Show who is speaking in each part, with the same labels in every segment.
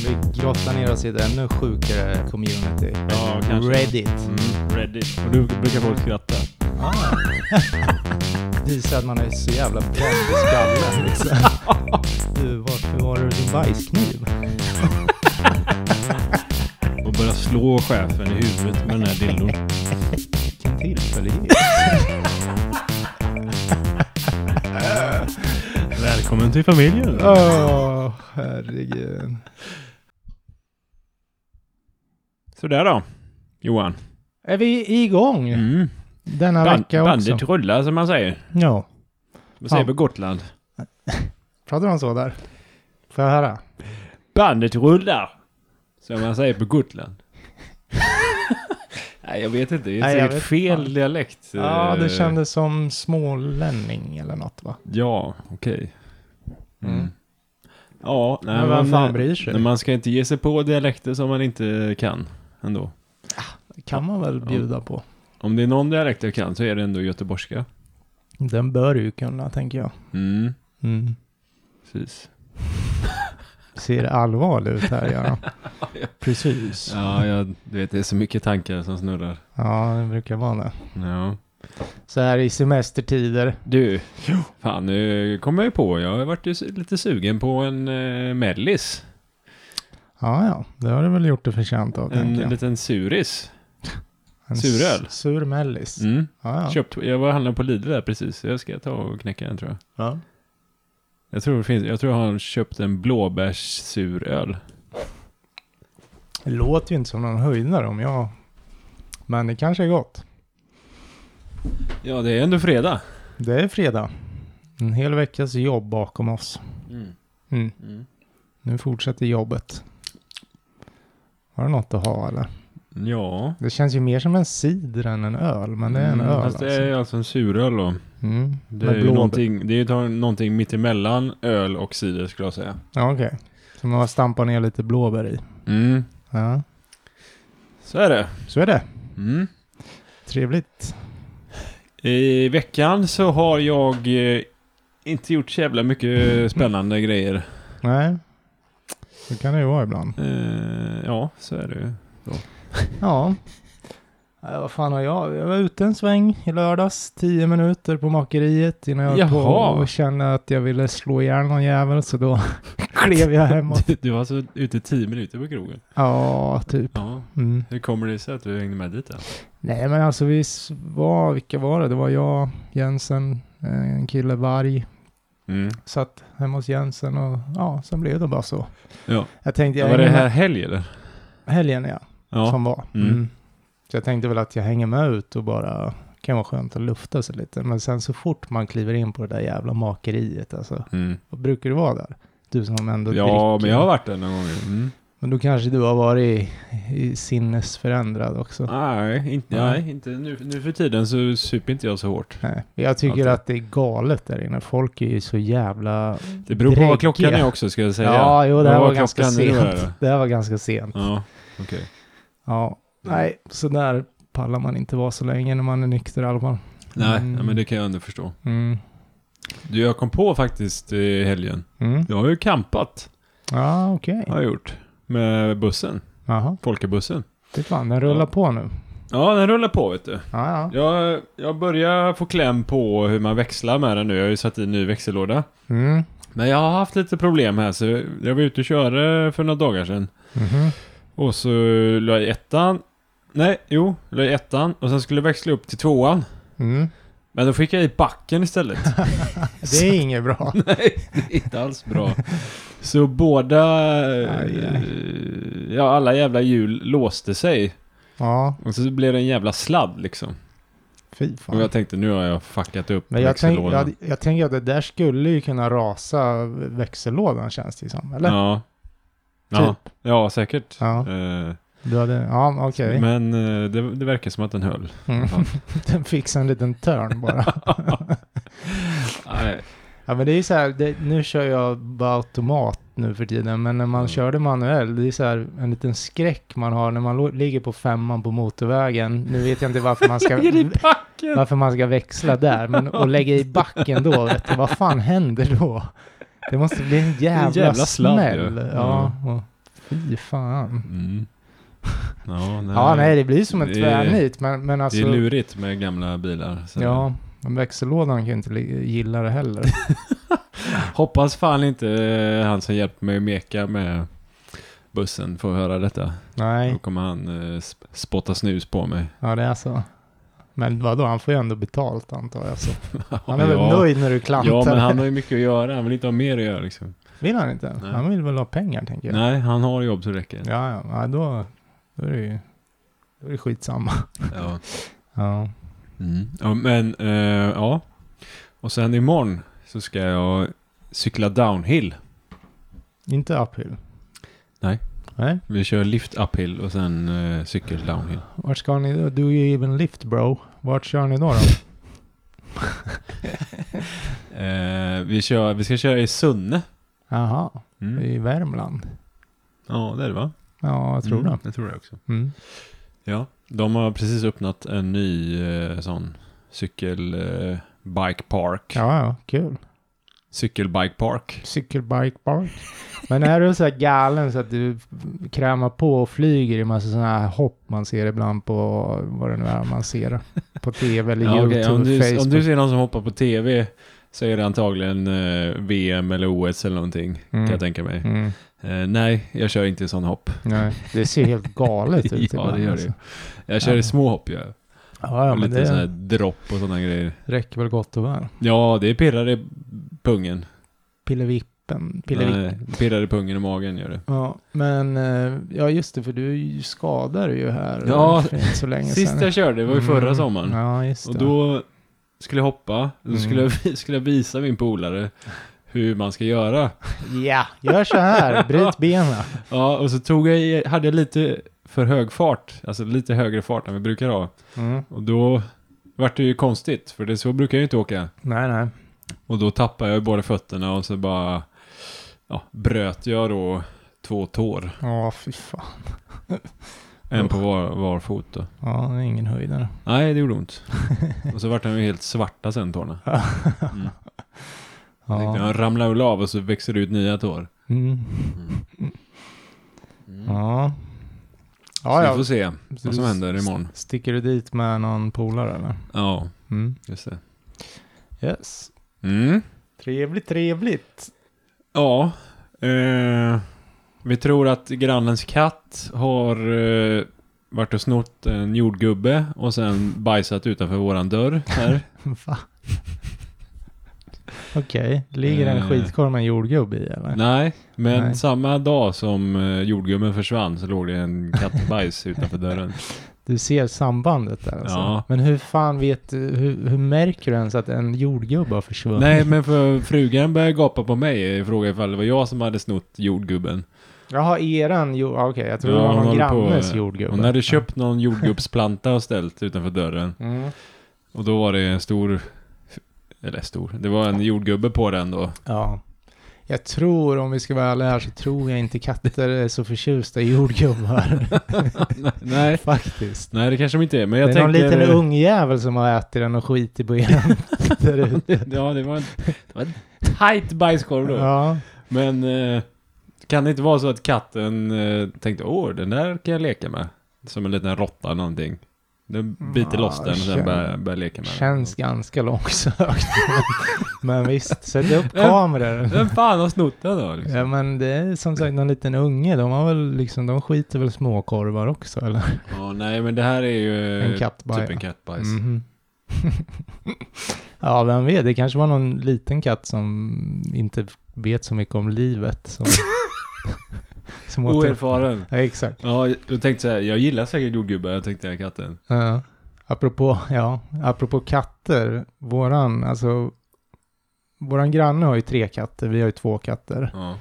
Speaker 1: Vi grottar ner oss i ett ännu sjukare community.
Speaker 2: Ja, kanske.
Speaker 1: Reddit.
Speaker 2: Mm, Reddit. Och du brukar folk skratta.
Speaker 1: Ah. Visar att man är så jävla bränd i skallen liksom. Du, varför var du din bajskniv?
Speaker 2: Och börja slå chefen i huvudet med den här dildon.
Speaker 1: Vilken tillfällighet.
Speaker 2: Välkommen till familjen.
Speaker 1: Åh, oh, herregud.
Speaker 2: Sådär då, Johan.
Speaker 1: Är vi igång
Speaker 2: Mm.
Speaker 1: denna
Speaker 2: Band,
Speaker 1: vecka också?
Speaker 2: bandet rullar som man säger.
Speaker 1: Ja.
Speaker 2: Man säger
Speaker 1: Ja.
Speaker 2: på Gotland.
Speaker 1: Pratar man så där? Får jag höra?
Speaker 2: Bandet rullar. Som man säger på Gotland. Nej, jag vet inte. Det är
Speaker 1: Nej, jag
Speaker 2: säkert
Speaker 1: vet
Speaker 2: fel
Speaker 1: fan.
Speaker 2: dialekt.
Speaker 1: Ja, det
Speaker 2: Eh,
Speaker 1: kändes som smålänning eller något va?
Speaker 2: Ja, okej. Mm.
Speaker 1: Mm.
Speaker 2: Ja, nej,
Speaker 1: Men vem fan bryr sig?
Speaker 2: nej, Man ska inte ge sig på dialekter som man inte kan ändå.
Speaker 1: Det kan man väl bjuda på.
Speaker 2: Om det är någon dialekt jag kan så är det ändå göteborgska.
Speaker 1: Den bör du ju kunna, tänker jag.
Speaker 2: Mm,
Speaker 1: Mm.
Speaker 2: precis.
Speaker 1: Ser allvarlig ut här, Göran. Precis.
Speaker 2: Ja, jag, du vet, det är så mycket tankar som snurrar.
Speaker 1: Ja, det brukar vara det.
Speaker 2: Ja.
Speaker 1: Så här i semestertider.
Speaker 2: Du, fan nu kommer jag på, jag har varit ju su- lite sugen på en eh, mellis.
Speaker 1: Ja, ja, det har du väl gjort det förtjänt av,
Speaker 2: En
Speaker 1: tänker jag.
Speaker 2: liten suris.
Speaker 1: En
Speaker 2: suröl.
Speaker 1: s- Sur mellis.
Speaker 2: Mm.
Speaker 1: Ja, ja.
Speaker 2: Köpt, jag var och handlade på Lidl där precis, jag ska ta och knäcka en tror jag.
Speaker 1: ja.
Speaker 2: Jag tror, det finns, jag tror han köpt en blåbärssuröl.
Speaker 1: Det låter ju inte som någon höjdare om jag... Men det kanske är gott.
Speaker 2: Ja, det är ändå fredag.
Speaker 1: Det är fredag. En hel veckas jobb bakom oss. Mm. Nu fortsätter jobbet. Har du något att ha eller?
Speaker 2: Ja.
Speaker 1: Det känns ju mer som en cider än en öl, men det är en
Speaker 2: Mm,
Speaker 1: öl
Speaker 2: Fast
Speaker 1: alltså.
Speaker 2: det är alltså en suröl då.
Speaker 1: Mm.
Speaker 2: Det
Speaker 1: Med
Speaker 2: är, ju
Speaker 1: blåbär.
Speaker 2: någonting, det är ju ta- någonting mittemellan öl och cider skulle jag säga.
Speaker 1: Ja, okej. Så man har stampat ner lite blåbär i.
Speaker 2: Mm.
Speaker 1: Ja,
Speaker 2: Så är det.
Speaker 1: så är det.
Speaker 2: Mm.
Speaker 1: Trevligt.
Speaker 2: I veckan så har jag eh, inte gjort så jävla mycket spännande grejer.
Speaker 1: Nej, så kan det ju vara ibland.
Speaker 2: Eh, ja, så är det ju.
Speaker 1: Ja. Nej, vad fan har jag? Jag var ute en sväng i lördags, tio minuter på makeriet innan jag höll på
Speaker 2: Jaha.
Speaker 1: och kände att jag ville slå ihjäl någon jävel så då klev jag hemåt.
Speaker 2: Du, du var alltså ute tio minuter på krogen.
Speaker 1: Ja, typ.
Speaker 2: Ja.
Speaker 1: Mm.
Speaker 2: Hur kommer det sig att du hängde med dit då?
Speaker 1: Nej men alltså vi s- var, vilka var det? Det var jag, Jensen, eh, en kille Varg.
Speaker 2: Mm.
Speaker 1: Satt hemma hos Jensen och ja, sen blev det bara så.
Speaker 2: Ja.
Speaker 1: Jag tänkte, jag
Speaker 2: var det
Speaker 1: hänger
Speaker 2: här helg eller?
Speaker 1: med helgen ja,
Speaker 2: Ja.
Speaker 1: som var.
Speaker 2: Mm.
Speaker 1: Mm. Så jag tänkte väl att jag hänger med ut och bara, kan vara skönt att lufta sig lite. Men sen så fort man kliver in på det där jävla makeriet alltså,
Speaker 2: Mm.
Speaker 1: vad brukar du vara där? Du som ändå
Speaker 2: Ja,
Speaker 1: dricker.
Speaker 2: men jag har varit där någon gång. Mm.
Speaker 1: Men då kanske du har varit i, i sinnesförändrad också.
Speaker 2: Nej, inte,
Speaker 1: Mm. Nej.
Speaker 2: nej, inte nu, nu för tiden så super inte jag så hårt.
Speaker 1: Nej, jag tycker
Speaker 2: Alltid.
Speaker 1: att det är galet där inne. Folk är ju så jävla...
Speaker 2: Det beror på vad
Speaker 1: Dräggiga.
Speaker 2: klockan är också ska jag säga.
Speaker 1: Ja, jo, det
Speaker 2: Vad
Speaker 1: här var,
Speaker 2: var
Speaker 1: ganska
Speaker 2: klockan nu
Speaker 1: sent.
Speaker 2: då, eller?
Speaker 1: Det här var ganska sent.
Speaker 2: Ja, okej.
Speaker 1: Ja, nej, så där pallar man inte vara så länge när man är nykter i alla fall.
Speaker 2: Nej,
Speaker 1: Mm.
Speaker 2: nej, men det kan jag ändå förstå.
Speaker 1: Mm.
Speaker 2: Du, jag kom på faktiskt i helgen.
Speaker 1: Mm.
Speaker 2: Jag har ju campat,
Speaker 1: Ja, okej.
Speaker 2: har jag gjort. Med bussen,
Speaker 1: Jaha,
Speaker 2: Folkabussen.
Speaker 1: fy fan, den rullar
Speaker 2: Ja.
Speaker 1: på nu.
Speaker 2: Ja, den rullar på vet du.
Speaker 1: Ja, ja.
Speaker 2: Jag, jag börjar få kläm på hur man växlar med den nu. Jag har ju satt i en ny växellåda.
Speaker 1: Mm.
Speaker 2: Men jag har haft lite problem här, så jag var ute och körde för några dagar sedan.
Speaker 1: Mhm.
Speaker 2: Och så la jag i ettan. Nej, jo, la jag i ettan och sen skulle jag växla upp till tvåan.
Speaker 1: Mm.
Speaker 2: Men då fick jag i backen istället.
Speaker 1: Det är inget bra.
Speaker 2: Nej, det är inte alls bra. Så båda...
Speaker 1: Aj,
Speaker 2: eh, Ja, alla jävla hjul låste sig.
Speaker 1: Ja,
Speaker 2: Och så blev det en jävla sladd liksom.
Speaker 1: fy
Speaker 2: Och
Speaker 1: fan.
Speaker 2: jag tänkte nu har jag fuckat upp
Speaker 1: Men jag, tänk,
Speaker 2: växellådan.
Speaker 1: jag, jag tänker att det där skulle ju kunna rasa växellådan känns det ju som, eller? Typ.
Speaker 2: Ja. Ja, ja, säkert.
Speaker 1: Ja,
Speaker 2: Eh,
Speaker 1: du hade, ja okej.
Speaker 2: Men eh, det, det verkar som att den höll.
Speaker 1: Mm. Den fick sig en liten törn bara.
Speaker 2: Nej.
Speaker 1: Ja men det är ju så här, det, nu kör jag bara automat nu för tiden, men när man
Speaker 2: Mm.
Speaker 1: körde manuell, det är så här en liten skräck man har när man lo- ligger på femman på motorvägen. Nu vet jag inte varför man ska,
Speaker 2: Ligger i backen!
Speaker 1: varför man ska växla där, men att lägga i backen då, vet du, vad fan händer då? Det måste bli en jävla,
Speaker 2: jävla sladd ju.
Speaker 1: smäll. Ja, och Fy fan.
Speaker 2: Mm. Ja, nej.
Speaker 1: Ja, nej, det blir som en
Speaker 2: Det-
Speaker 1: tvärnit. Men, men
Speaker 2: Det är
Speaker 1: alltså,
Speaker 2: lurigt med gamla bilar. Så
Speaker 1: ja, men växellådan kan ju inte li- gilla det heller.
Speaker 2: Hoppas fan inte eh, han som hjälpt mig att meka med bussen får höra detta. Då
Speaker 1: Nej,
Speaker 2: kommer han eh, sp- spotta snus på mig.
Speaker 1: ja det är så. Men vadå, han får ju ändå betalt antar jag. Så. Han är väl
Speaker 2: ja.
Speaker 1: nöjd när du klantar.
Speaker 2: Ja, men han har ju mycket att göra. Han vill inte ha mer att göra liksom.
Speaker 1: Vill han inte?
Speaker 2: Nej.
Speaker 1: Han vill väl ha pengar tänker jag.
Speaker 2: Nej, han har jobb så räcker det.
Speaker 1: Ja, ja, ja då, då är det ju då är det skitsamma.
Speaker 2: Ja.
Speaker 1: Ja.
Speaker 2: Mm. Ja, men eh, ja. Och sen imorgon så ska jag cykla downhill.
Speaker 1: Inte uphill?
Speaker 2: Nej.
Speaker 1: Nej,
Speaker 2: Vi kör lift uphill och sen eh, cykel downhill.
Speaker 1: vart ska ni då? Do you even lift bro? Vart kör ni då? då?
Speaker 2: Eh, vi, kör, vi ska köra i Sunne.
Speaker 1: Jaha,
Speaker 2: Mm.
Speaker 1: i Värmland?
Speaker 2: Ja, det är det va?
Speaker 1: Ja, jag tror
Speaker 2: mm.
Speaker 1: det.
Speaker 2: Jag tror det också.
Speaker 1: Mm.
Speaker 2: Ja, de har precis öppnat en ny eh, sån cykel eh, bike park.
Speaker 1: Ja, ja, kul.
Speaker 2: Cykel bike park.
Speaker 1: Cykelbike park. Men är du så här galen så att du krämar på och flyger i massa sådana här hopp man ser ibland på vad det nu är man ser på tv eller
Speaker 2: Ja,
Speaker 1: YouTube,
Speaker 2: okej, om, du,
Speaker 1: Facebook.
Speaker 2: om du ser någon som hoppar på tv så är det antagligen eh, VM eller OS eller någonting. Kan
Speaker 1: Mm.
Speaker 2: jag tänka mig.
Speaker 1: Mm.
Speaker 2: Eh, nej, jag kör inte sån hopp.
Speaker 1: Nej, det ser helt galet ut
Speaker 2: ja,
Speaker 1: ibland,
Speaker 2: det gör
Speaker 1: alltså.
Speaker 2: det. Jag kör
Speaker 1: Ja.
Speaker 2: små hopp jag.
Speaker 1: Ja, ja
Speaker 2: Och
Speaker 1: men
Speaker 2: lite
Speaker 1: det
Speaker 2: sån här dropp och sådana grejer.
Speaker 1: räcker väl gott och väl.
Speaker 2: Ja, det pirrar i pungen.
Speaker 1: Pillevippen, pillevippen.
Speaker 2: Nej, pirrar i pungen och magen gör det.
Speaker 1: Ja, men eh, ja just det, för du är ju skadade ju här
Speaker 2: Ja,
Speaker 1: för inte så länge
Speaker 2: Sist
Speaker 1: sedan.
Speaker 2: jag körde, det var ju förra
Speaker 1: Mm.
Speaker 2: sommaren.
Speaker 1: Ja, just
Speaker 2: Och
Speaker 1: det.
Speaker 2: då skulle jag hoppa, då
Speaker 1: Mm.
Speaker 2: skulle, jag, skulle jag visa min polare hur man ska göra.
Speaker 1: Ja, gör så här, bryt benen.
Speaker 2: Ja, och så tog jag, i- hade jag lite för hög fart, alltså lite högre fart än vi brukar ha.
Speaker 1: Mm.
Speaker 2: Och då vart det ju konstigt, för det, så brukar jag ju inte åka.
Speaker 1: Nej, nej.
Speaker 2: Och då tappade jag ju båda fötterna och så bara ja, bröt jag då två tår.
Speaker 1: Ja, fy fan.
Speaker 2: En på var, var fot då.
Speaker 1: Ja, det är ingen höjdare.
Speaker 2: Nej, det gjorde ont. Och så vart de ju helt svarta sen tårna. Mm. Jag tänkte,
Speaker 1: Ja.
Speaker 2: Jag ramlar väl av och så växer det ut nya tår.
Speaker 1: Mm. Ja. Ja,
Speaker 2: Mm. så vi
Speaker 1: ja.
Speaker 2: får se
Speaker 1: Så
Speaker 2: vad
Speaker 1: du
Speaker 2: som händer imorgon.
Speaker 1: Sticker du dit med någon polare eller?
Speaker 2: Ja,
Speaker 1: Mm.
Speaker 2: just det.
Speaker 1: Yes.
Speaker 2: Mm.
Speaker 1: Trevligt, trevligt.
Speaker 2: Ja, eh, vi tror att grannens katt har eh, varit och snott en jordgubbe och sen bajsat utanför våran dörr här.
Speaker 1: Va? Okej, ligger det en
Speaker 2: Eh.
Speaker 1: skitkorv med en jordgubb i eller?
Speaker 2: Nej, men
Speaker 1: Nej.
Speaker 2: samma dag som eh, jordgubben försvann så låg det en kattbajs utanför dörren.
Speaker 1: Du ser sambandet där alltså.
Speaker 2: Ja.
Speaker 1: Men hur fan vet du, hur, hur märker du ens att en jordgubb har försvunnit?
Speaker 2: Nej, men för frugan började gapa på mig och frågade ifall det var jag som hade snott jordgubben.
Speaker 1: Jaha, eran jord... Okej, jag tror
Speaker 2: Ja,
Speaker 1: det var
Speaker 2: hon
Speaker 1: någon
Speaker 2: håller på-
Speaker 1: grannes jordgubbe.
Speaker 2: Hon hade köpt någon jordgubbsplanta och ställt utanför dörren.
Speaker 1: Mm.
Speaker 2: Och då var det en stor, eller stor, det var en jordgubbe på den då.
Speaker 1: Ja. Jag tror, om vi ska vara ärliga här, så tror jag inte katter är så förtjusta i jordgubbar.
Speaker 2: Nej,
Speaker 1: Faktiskt.
Speaker 2: nej det kanske de inte är. Men jag
Speaker 1: det är någon
Speaker 2: tänker...
Speaker 1: liten ungjävel som har ätit den och skitit på eran där ute.
Speaker 2: Ja, det var en, det var en tight bajskorv då.
Speaker 1: Ja.
Speaker 2: Men eh, kan det inte vara så att katten eh, tänkte åh, den där kan jag leka med. Som en liten råtta eller någonting. Den biter
Speaker 1: Ja,
Speaker 2: loss den och sen
Speaker 1: kän-
Speaker 2: börjar, börjar leka med
Speaker 1: Känns ganska långsökt. men visst, sätt upp
Speaker 2: Vem-
Speaker 1: kameror.
Speaker 2: den. Vem fan har snott den då? Liksom?
Speaker 1: Ja men det är som sagt någon liten unge. De har väl liksom, de skiter väl småkorvar också eller?
Speaker 2: Ja, nej, men det här är ju eh,
Speaker 1: en kattbaja.
Speaker 2: typ en kattbajs.
Speaker 1: Mhm. ja vem vet, det kanske var någon liten katt som inte vet så mycket om livet. Som, som åt upp-
Speaker 2: Oerfaren.
Speaker 1: ja, exakt.
Speaker 2: Ja, jag tänkte så här, jag gillar säkert jordgubbar, jag tänkte den här katten.
Speaker 1: Ja. apropå, ja, apropå katter, våran, alltså, våran granne har ju tre katter, vi har ju två katter.
Speaker 2: Ja.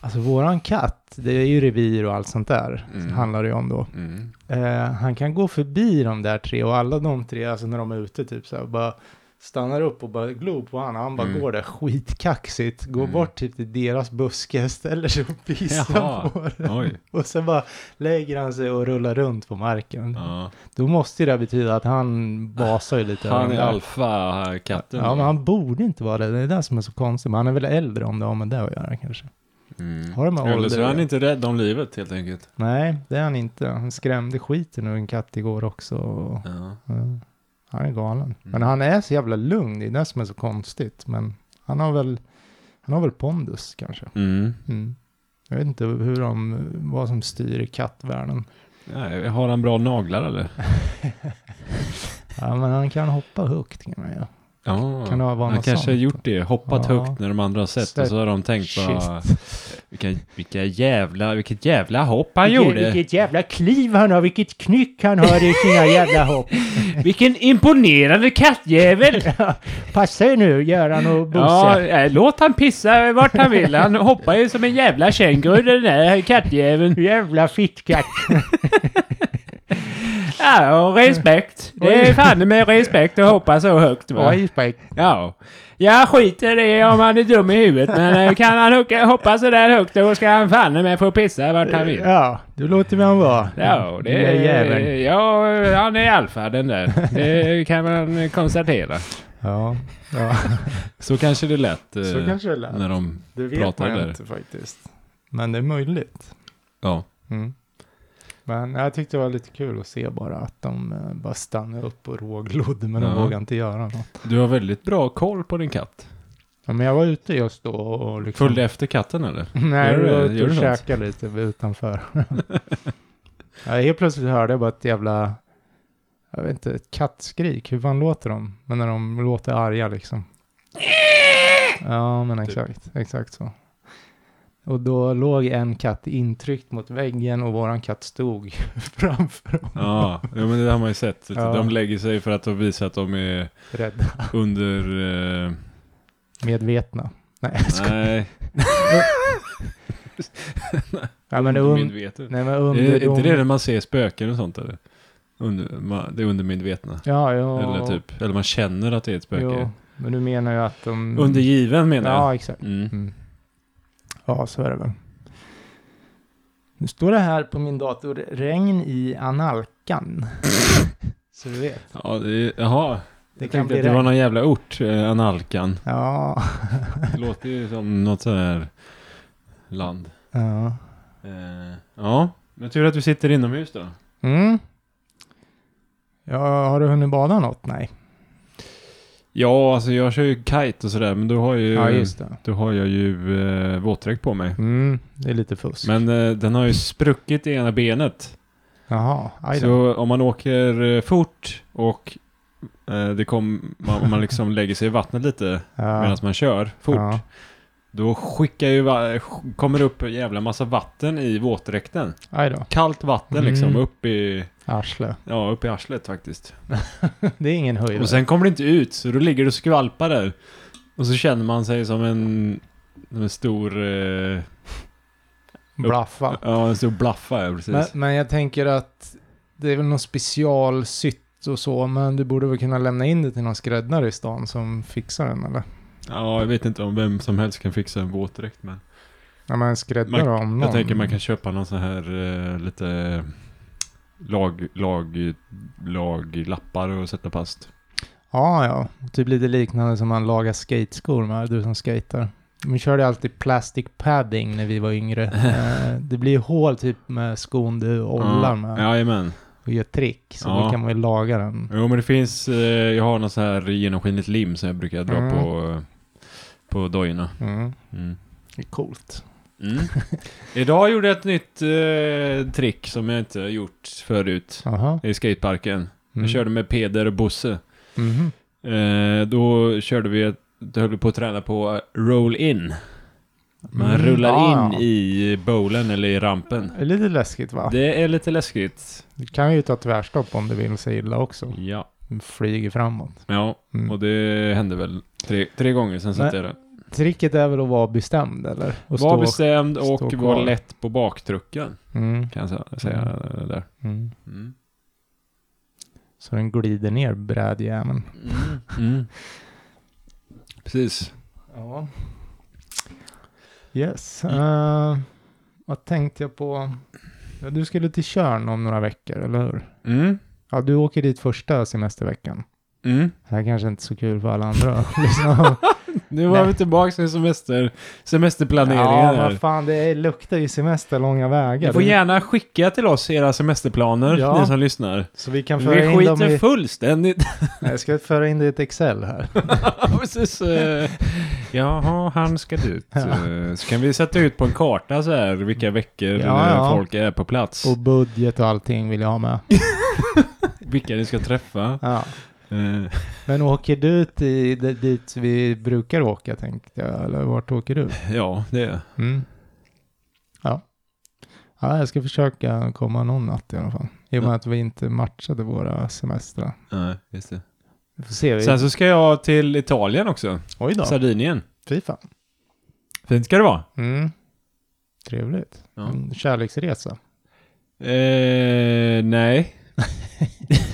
Speaker 1: Alltså våran katt, det är ju revir och allt sånt där,
Speaker 2: Mm.
Speaker 1: handlar det ju om då.
Speaker 2: Mm.
Speaker 1: Eh, han kan gå förbi de där tre och alla de tre, alltså när de är ute typ så här, bara stannar upp och bara glor på han. Han bara
Speaker 2: Mm.
Speaker 1: går där skitkaxigt, går
Speaker 2: Mm.
Speaker 1: bort typ till deras buske, ställer sig och pissar
Speaker 2: Jaha.
Speaker 1: på den.
Speaker 2: Oj.
Speaker 1: Och sen bara lägger han sig och rullar runt på marken.
Speaker 2: Ja. Ah,
Speaker 1: Då måste ju det här betyda att han basar ju lite. över
Speaker 2: Han
Speaker 1: de
Speaker 2: är
Speaker 1: där.
Speaker 2: alfa-katten.
Speaker 1: Ja, men han borde inte vara det. Det är det som är så konstigt. Men han är väl äldre om det har med det att göra kanske.
Speaker 2: Mm.
Speaker 1: Har de här
Speaker 2: Eller så
Speaker 1: ålder-
Speaker 2: är han inte rädd om livet helt enkelt.
Speaker 1: Nej, det är han inte. Han skrämde skiten ur en katt igår också. Och,
Speaker 2: Ja.
Speaker 1: ja, han är galen. Men
Speaker 2: Mm.
Speaker 1: han är så jävla lugn, det är det som är så konstigt. Men han har väl, han har väl pondus kanske.
Speaker 2: Mm.
Speaker 1: Mm. Jag vet inte hur de, vad som styr i kattvärlden.
Speaker 2: Nej, har han bra naglar eller?
Speaker 1: Ja, men han kan hoppa högt kan han ju.
Speaker 2: Ja.
Speaker 1: Kan det vara
Speaker 2: han
Speaker 1: något
Speaker 2: kanske har
Speaker 1: sånt?
Speaker 2: gjort det, hoppat
Speaker 1: Ja.
Speaker 2: högt när de andra har sett och
Speaker 1: Step-
Speaker 2: så har de tänkt bara vilka, vilka jävla, vilket jävla hopp han
Speaker 1: Vilket-
Speaker 2: gjorde.
Speaker 1: Vilket jävla kliv han har, vilket knyck han har i sina jävla hopp.
Speaker 2: Vilken imponerande kattjävel!
Speaker 1: Passa er nu, Göran och Bosse.
Speaker 2: eh, låt han pissa vart han vill. Han hoppar ju som en jävla känguru den där kattjäveln.
Speaker 1: Jävla fittkatt.
Speaker 2: Ja, och respekt.
Speaker 1: Det är
Speaker 2: fan med respekt att hoppa så högt
Speaker 1: Oj, Spike.
Speaker 2: Ja. Jag skiter i om han är dum i huvudet, men eh, kan han hocka- hoppa så där högt då ska han fan med få pissa vart han vill.
Speaker 1: Ja, du låter vi han vara.
Speaker 2: Ja, det
Speaker 1: Lilla jäveln.
Speaker 2: är, ja, han är alfa den där. Det kan man konstatera.
Speaker 1: Ja, ja.
Speaker 2: Så kanske det lät eh,
Speaker 1: så kanske det lät.
Speaker 2: när de...
Speaker 1: Det vet
Speaker 2: pratar
Speaker 1: man
Speaker 2: där.
Speaker 1: inte faktiskt. Men det är möjligt.
Speaker 2: Ja.
Speaker 1: Mm. Men jag tyckte det var lite kul att se bara att de eh, bara stannade upp och råglodde men de
Speaker 2: Ja.
Speaker 1: vågade inte göra något.
Speaker 2: Du har väldigt bra koll på din katt.
Speaker 1: Ja, men jag var ute just då och liksom...
Speaker 2: Följde efter katten eller?
Speaker 1: Nej,
Speaker 2: Gör
Speaker 1: jag
Speaker 2: du
Speaker 1: var
Speaker 2: det?
Speaker 1: ute
Speaker 2: Gör
Speaker 1: och
Speaker 2: du sånt?
Speaker 1: käkade lite utanför. ja, helt plötsligt hörde jag bara ett jävla, jag vet inte, ett kattskrik. Hur fan låter de? Men när de låter arga liksom. Ja, men
Speaker 2: Typ.
Speaker 1: exakt, exakt så. Och då låg en katt intryckt mot väggen och våran katt stod framför dem,
Speaker 2: Ja, ja, men det har man ju sett.
Speaker 1: Ja.
Speaker 2: De lägger sig för att de visar att de är
Speaker 1: rädda,
Speaker 2: under... Eh,
Speaker 1: medvetna. Nej, jag skojar.
Speaker 2: nej,
Speaker 1: Ja, men un,
Speaker 2: undermedvetet.
Speaker 1: nej, men
Speaker 2: Är är inte det
Speaker 1: underdom.
Speaker 2: när man ser spöken och sånt eller? Under, ma, det är undermedvetna.
Speaker 1: Ja, jo.
Speaker 2: Eller typ, eller man känner att det är ett spöke.
Speaker 1: Jo, men du menar ju att de...
Speaker 2: Undergiven menar jag.
Speaker 1: Ja, exakt.
Speaker 2: Mm.
Speaker 1: Mm. Ja, så är det väl. Nu står det här på min dator, regn i analkan. så du vet,
Speaker 2: Ja, det, är- jaha.
Speaker 1: det
Speaker 2: Jag
Speaker 1: kan
Speaker 2: tänkte
Speaker 1: bli
Speaker 2: att det var
Speaker 1: regn.
Speaker 2: någon jävla ort, eh, Analkan.
Speaker 1: Ja,
Speaker 2: Det låter ju som något sånt här land.
Speaker 1: ja.
Speaker 2: Eh, ja, men tur att du sitter inomhus då.
Speaker 1: Mm. Ja, har du hunnit bada något? Nej.
Speaker 2: Ja, alltså jag kör ju kite och sådär, men då har, ju,
Speaker 1: Ja, just det.
Speaker 2: då har jag ju eh, våtdräkt på mig.
Speaker 1: Mm, det är lite fusk.
Speaker 2: Men eh, den har ju spruckit i ena benet.
Speaker 1: Jaha, aj då.
Speaker 2: Så om man åker eh, fort och eh, det kom, man, om man liksom lägger sig i vattnet lite medan
Speaker 1: Ja,
Speaker 2: man kör fort,
Speaker 1: Ja.
Speaker 2: då skickar ju, va- sk- kommer det upp en jävla massa vatten i våtdräkten.
Speaker 1: Aj då,
Speaker 2: Kallt vatten liksom
Speaker 1: Mm.
Speaker 2: upp i,
Speaker 1: arsle.
Speaker 2: ja, upp i arslet faktiskt.
Speaker 1: Det är ingen höjdare.
Speaker 2: Och sen kommer det inte ut, så då ligger du och skvalpar där. Och så känner man sig som en, som en stor, eh,
Speaker 1: Blaffa.
Speaker 2: ja en stor blaffa, ja, precis.
Speaker 1: Men, men jag tänker att det är väl någon specialsytt och så, men du borde väl kunna lämna in det till någon skräddare i stan som fixar den eller?
Speaker 2: Ja, jag vet inte om vem som helst kan fixa en våtdräkt men.
Speaker 1: Ja men skräddare
Speaker 2: Man-
Speaker 1: om någon.
Speaker 2: Jag tänker man kan köpa någon sån här eh, lite lag, lag, laglappar och sätta fast.
Speaker 1: Ja, ja. Typ lite liknande som man lagar skateskor med, du som skater. Vi körde alltid plastic padding när vi var yngre. Eh, det blir hål typ med skon du ollar
Speaker 2: Ja,
Speaker 1: med
Speaker 2: Jajamän.
Speaker 1: och gör trick. Så
Speaker 2: Ja.
Speaker 1: då kan man ju laga den.
Speaker 2: Jo men det finns, eh, jag har någon sån här genomskinligt lim som jag brukar dra
Speaker 1: Mm.
Speaker 2: på, eh, på dojorna.
Speaker 1: Mm.
Speaker 2: Mm.
Speaker 1: Det är coolt.
Speaker 2: Mm. Idag gjorde jag ett nytt eh, trick som jag inte har gjort förut
Speaker 1: Aha.
Speaker 2: i skateparken.
Speaker 1: Mm.
Speaker 2: Jag körde med Peder och Bosse.
Speaker 1: Mhm.
Speaker 2: Eh, då körde vi, ett- då höll vi på att träna på roll-in. Man
Speaker 1: Mm.
Speaker 2: rullar
Speaker 1: Ja,
Speaker 2: in
Speaker 1: ja. Ah.
Speaker 2: i bowlen eller i rampen.
Speaker 1: Det är lite läskigt va?
Speaker 2: Det är lite läskigt.
Speaker 1: Du kan ju ta tvärstopp om du vill sig illa också.
Speaker 2: Ja.
Speaker 1: Du flyger framåt.
Speaker 2: Ja,
Speaker 1: Mm.
Speaker 2: och det hände väl tre, tre gånger sen satte
Speaker 1: Men-
Speaker 2: jag den.
Speaker 1: Tricket är väl att vara bestämd eller? Och
Speaker 2: Var bestämd och
Speaker 1: stå
Speaker 2: var
Speaker 1: kvar.
Speaker 2: lätt på bakdrucken.
Speaker 1: Mm.
Speaker 2: Kan jag sä- säga eh, där.
Speaker 1: Mm.
Speaker 2: Mm.
Speaker 1: Så den glider ner brädjäveln.
Speaker 2: Mm. Precis.
Speaker 1: Ja. Yes. eh, vad tänkte jag på? Ja, du skulle till Tjörn om några veckor, eller hur?
Speaker 2: Mm.
Speaker 1: Ja, du åker dit första semesterveckan.
Speaker 2: Mm.
Speaker 1: Det här kanske inte är så kul för alla andra. att lyssna på.
Speaker 2: Nu var
Speaker 1: Nej.
Speaker 2: vi tillbaka till semester, semesterplaneringen
Speaker 1: Ja,
Speaker 2: här.
Speaker 1: vad fan, det är, luktar ju semester långa vägar.
Speaker 2: Ni får
Speaker 1: Det-
Speaker 2: gärna skicka till oss era semesterplaner,
Speaker 1: Ja.
Speaker 2: ni som lyssnar.
Speaker 1: Så vi kan
Speaker 2: Vi
Speaker 1: föra in dem
Speaker 2: skiter
Speaker 1: i...
Speaker 2: fullständigt
Speaker 1: Nej, jag ska föra in det i ett Excel här.
Speaker 2: Precis. eh, Jaha, han ska dit. Eh, Så kan vi sätta ut på en karta så här vilka veckor
Speaker 1: Ja,
Speaker 2: eh,
Speaker 1: ja.
Speaker 2: folk är på plats.
Speaker 1: Och budget och allting vill jag ha med.
Speaker 2: Vilka ni ska träffa.
Speaker 1: Ja.
Speaker 2: Eh,
Speaker 1: Men åker du ut i, d- dit vi brukar åka tänkte jag, eller vart åker du?
Speaker 2: Ja, det är
Speaker 1: Mm. Ja. ja, jag ska försöka komma någon natt i alla fall. I och med att vi inte matchade våra semestrar.
Speaker 2: Nej, just det.
Speaker 1: Vi får se. Vi...
Speaker 2: Sen så ska jag till Italien också.
Speaker 1: Oj då,
Speaker 2: Sardinien.
Speaker 1: fy fan.
Speaker 2: Fint ska det vara.
Speaker 1: Mm. Trevligt.
Speaker 2: Ja.
Speaker 1: En kärleksresa.
Speaker 2: Eh, nej.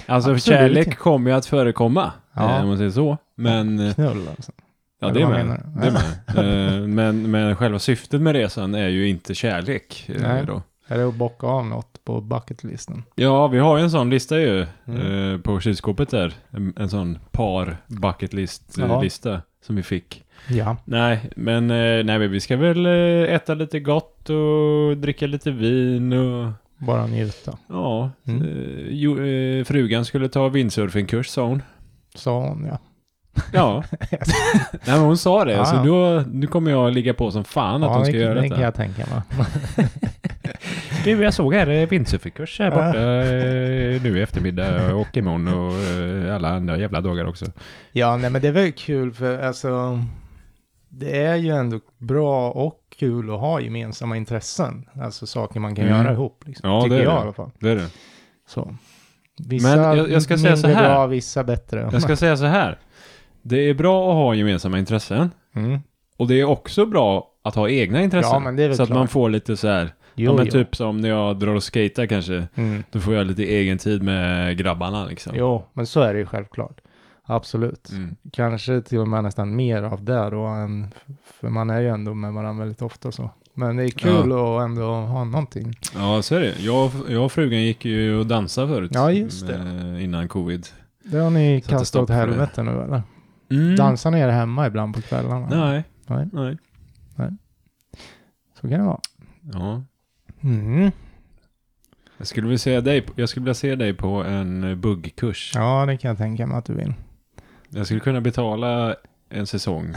Speaker 2: alltså
Speaker 1: Absolut inte.
Speaker 2: kärlek kommer ju att förekomma.
Speaker 1: Ja.
Speaker 2: eh, Om man säger så. Men... eh,
Speaker 1: Knull alltså.
Speaker 2: Ja,
Speaker 1: Eller
Speaker 2: det är
Speaker 1: vad
Speaker 2: med.
Speaker 1: menar du?
Speaker 2: Det är med. Eh, men, men själva syftet med resan är ju inte kärlek. eh,
Speaker 1: Nej.
Speaker 2: Då.
Speaker 1: Är det att bocka av något på bucketlisten?
Speaker 2: Ja, vi har ju en sån lista ju
Speaker 1: Mm.
Speaker 2: eh, på kylskåpet där. En, en sån par bucket list eh,
Speaker 1: Jaha.
Speaker 2: lista som vi fick.
Speaker 1: Ja.
Speaker 2: Nej, men eh, nej, men vi ska väl eh, äta lite gott och dricka lite vin och
Speaker 1: Bara njuta.
Speaker 2: ja.
Speaker 1: Mm.
Speaker 2: Eh, jo, eh, frugan skulle ta windsurfingkurs sa hon.
Speaker 1: Sa hon ja.
Speaker 2: Ja, nej, men hon sa det.
Speaker 1: Ja,
Speaker 2: så
Speaker 1: ja.
Speaker 2: då, nu kommer jag ligga på som fan att hon ska
Speaker 1: det,
Speaker 2: göra
Speaker 1: det
Speaker 2: detta.
Speaker 1: kan jag tänka mig.
Speaker 2: Du, jag såg här eh, windsurfingkurs här
Speaker 1: Ja.
Speaker 2: borta eh, nu i eftermiddag och imorgon och eh, alla andra jävla dagar också.
Speaker 1: Ja, nej men det var ju kul för alltså det är ju ändå bra och kul att ha gemensamma intressen. Alltså saker man kan
Speaker 2: Mm.
Speaker 1: göra ihop, liksom,
Speaker 2: Ja,
Speaker 1: tycker
Speaker 2: det är
Speaker 1: jag
Speaker 2: det.
Speaker 1: i alla fall.
Speaker 2: Det är det.
Speaker 1: Så. Vissa
Speaker 2: Men jag- jag ska säga
Speaker 1: mindre
Speaker 2: så här.
Speaker 1: bra, vissa bättre.
Speaker 2: Jag ska säga så här. Det är bra att ha gemensamma intressen.
Speaker 1: Mm.
Speaker 2: Och det är också bra att ha egna intressen.
Speaker 1: Ja, men det är väl
Speaker 2: så att
Speaker 1: klart.
Speaker 2: man får lite så här.
Speaker 1: Jo,
Speaker 2: ja, men
Speaker 1: jo.
Speaker 2: typ som när jag drar och skater kanske.
Speaker 1: Mm.
Speaker 2: Då får jag lite egen tid med grabbarna liksom.
Speaker 1: Jo, men så är det ju självklart. Absolut.
Speaker 2: Mm.
Speaker 1: Kanske till och med nästan mer av det då än, för man är ju ändå med varandra väldigt ofta så. Men det är kul att ändå ha någonting.
Speaker 2: Ja, så är det. Jag, jag och frugan gick ju och dansade förut.
Speaker 1: Ja, just det.
Speaker 2: eh, Innan covid.
Speaker 1: Det har ni
Speaker 2: Sätta
Speaker 1: kastat
Speaker 2: stopp
Speaker 1: åt
Speaker 2: för det.
Speaker 1: helvete nu eller?
Speaker 2: Mm.
Speaker 1: Dansar ni er hemma ibland på kvällarna?
Speaker 2: Nej.
Speaker 1: Nej.
Speaker 2: Nej.
Speaker 1: Så kan det vara.
Speaker 2: Ja.
Speaker 1: Mm.
Speaker 2: Jag skulle vilja se dig, jag skulle vilja se dig på en eh, buggkurs.
Speaker 1: Ja, det kan jag tänka mig att du vill.
Speaker 2: Jag skulle kunna betala en säsong.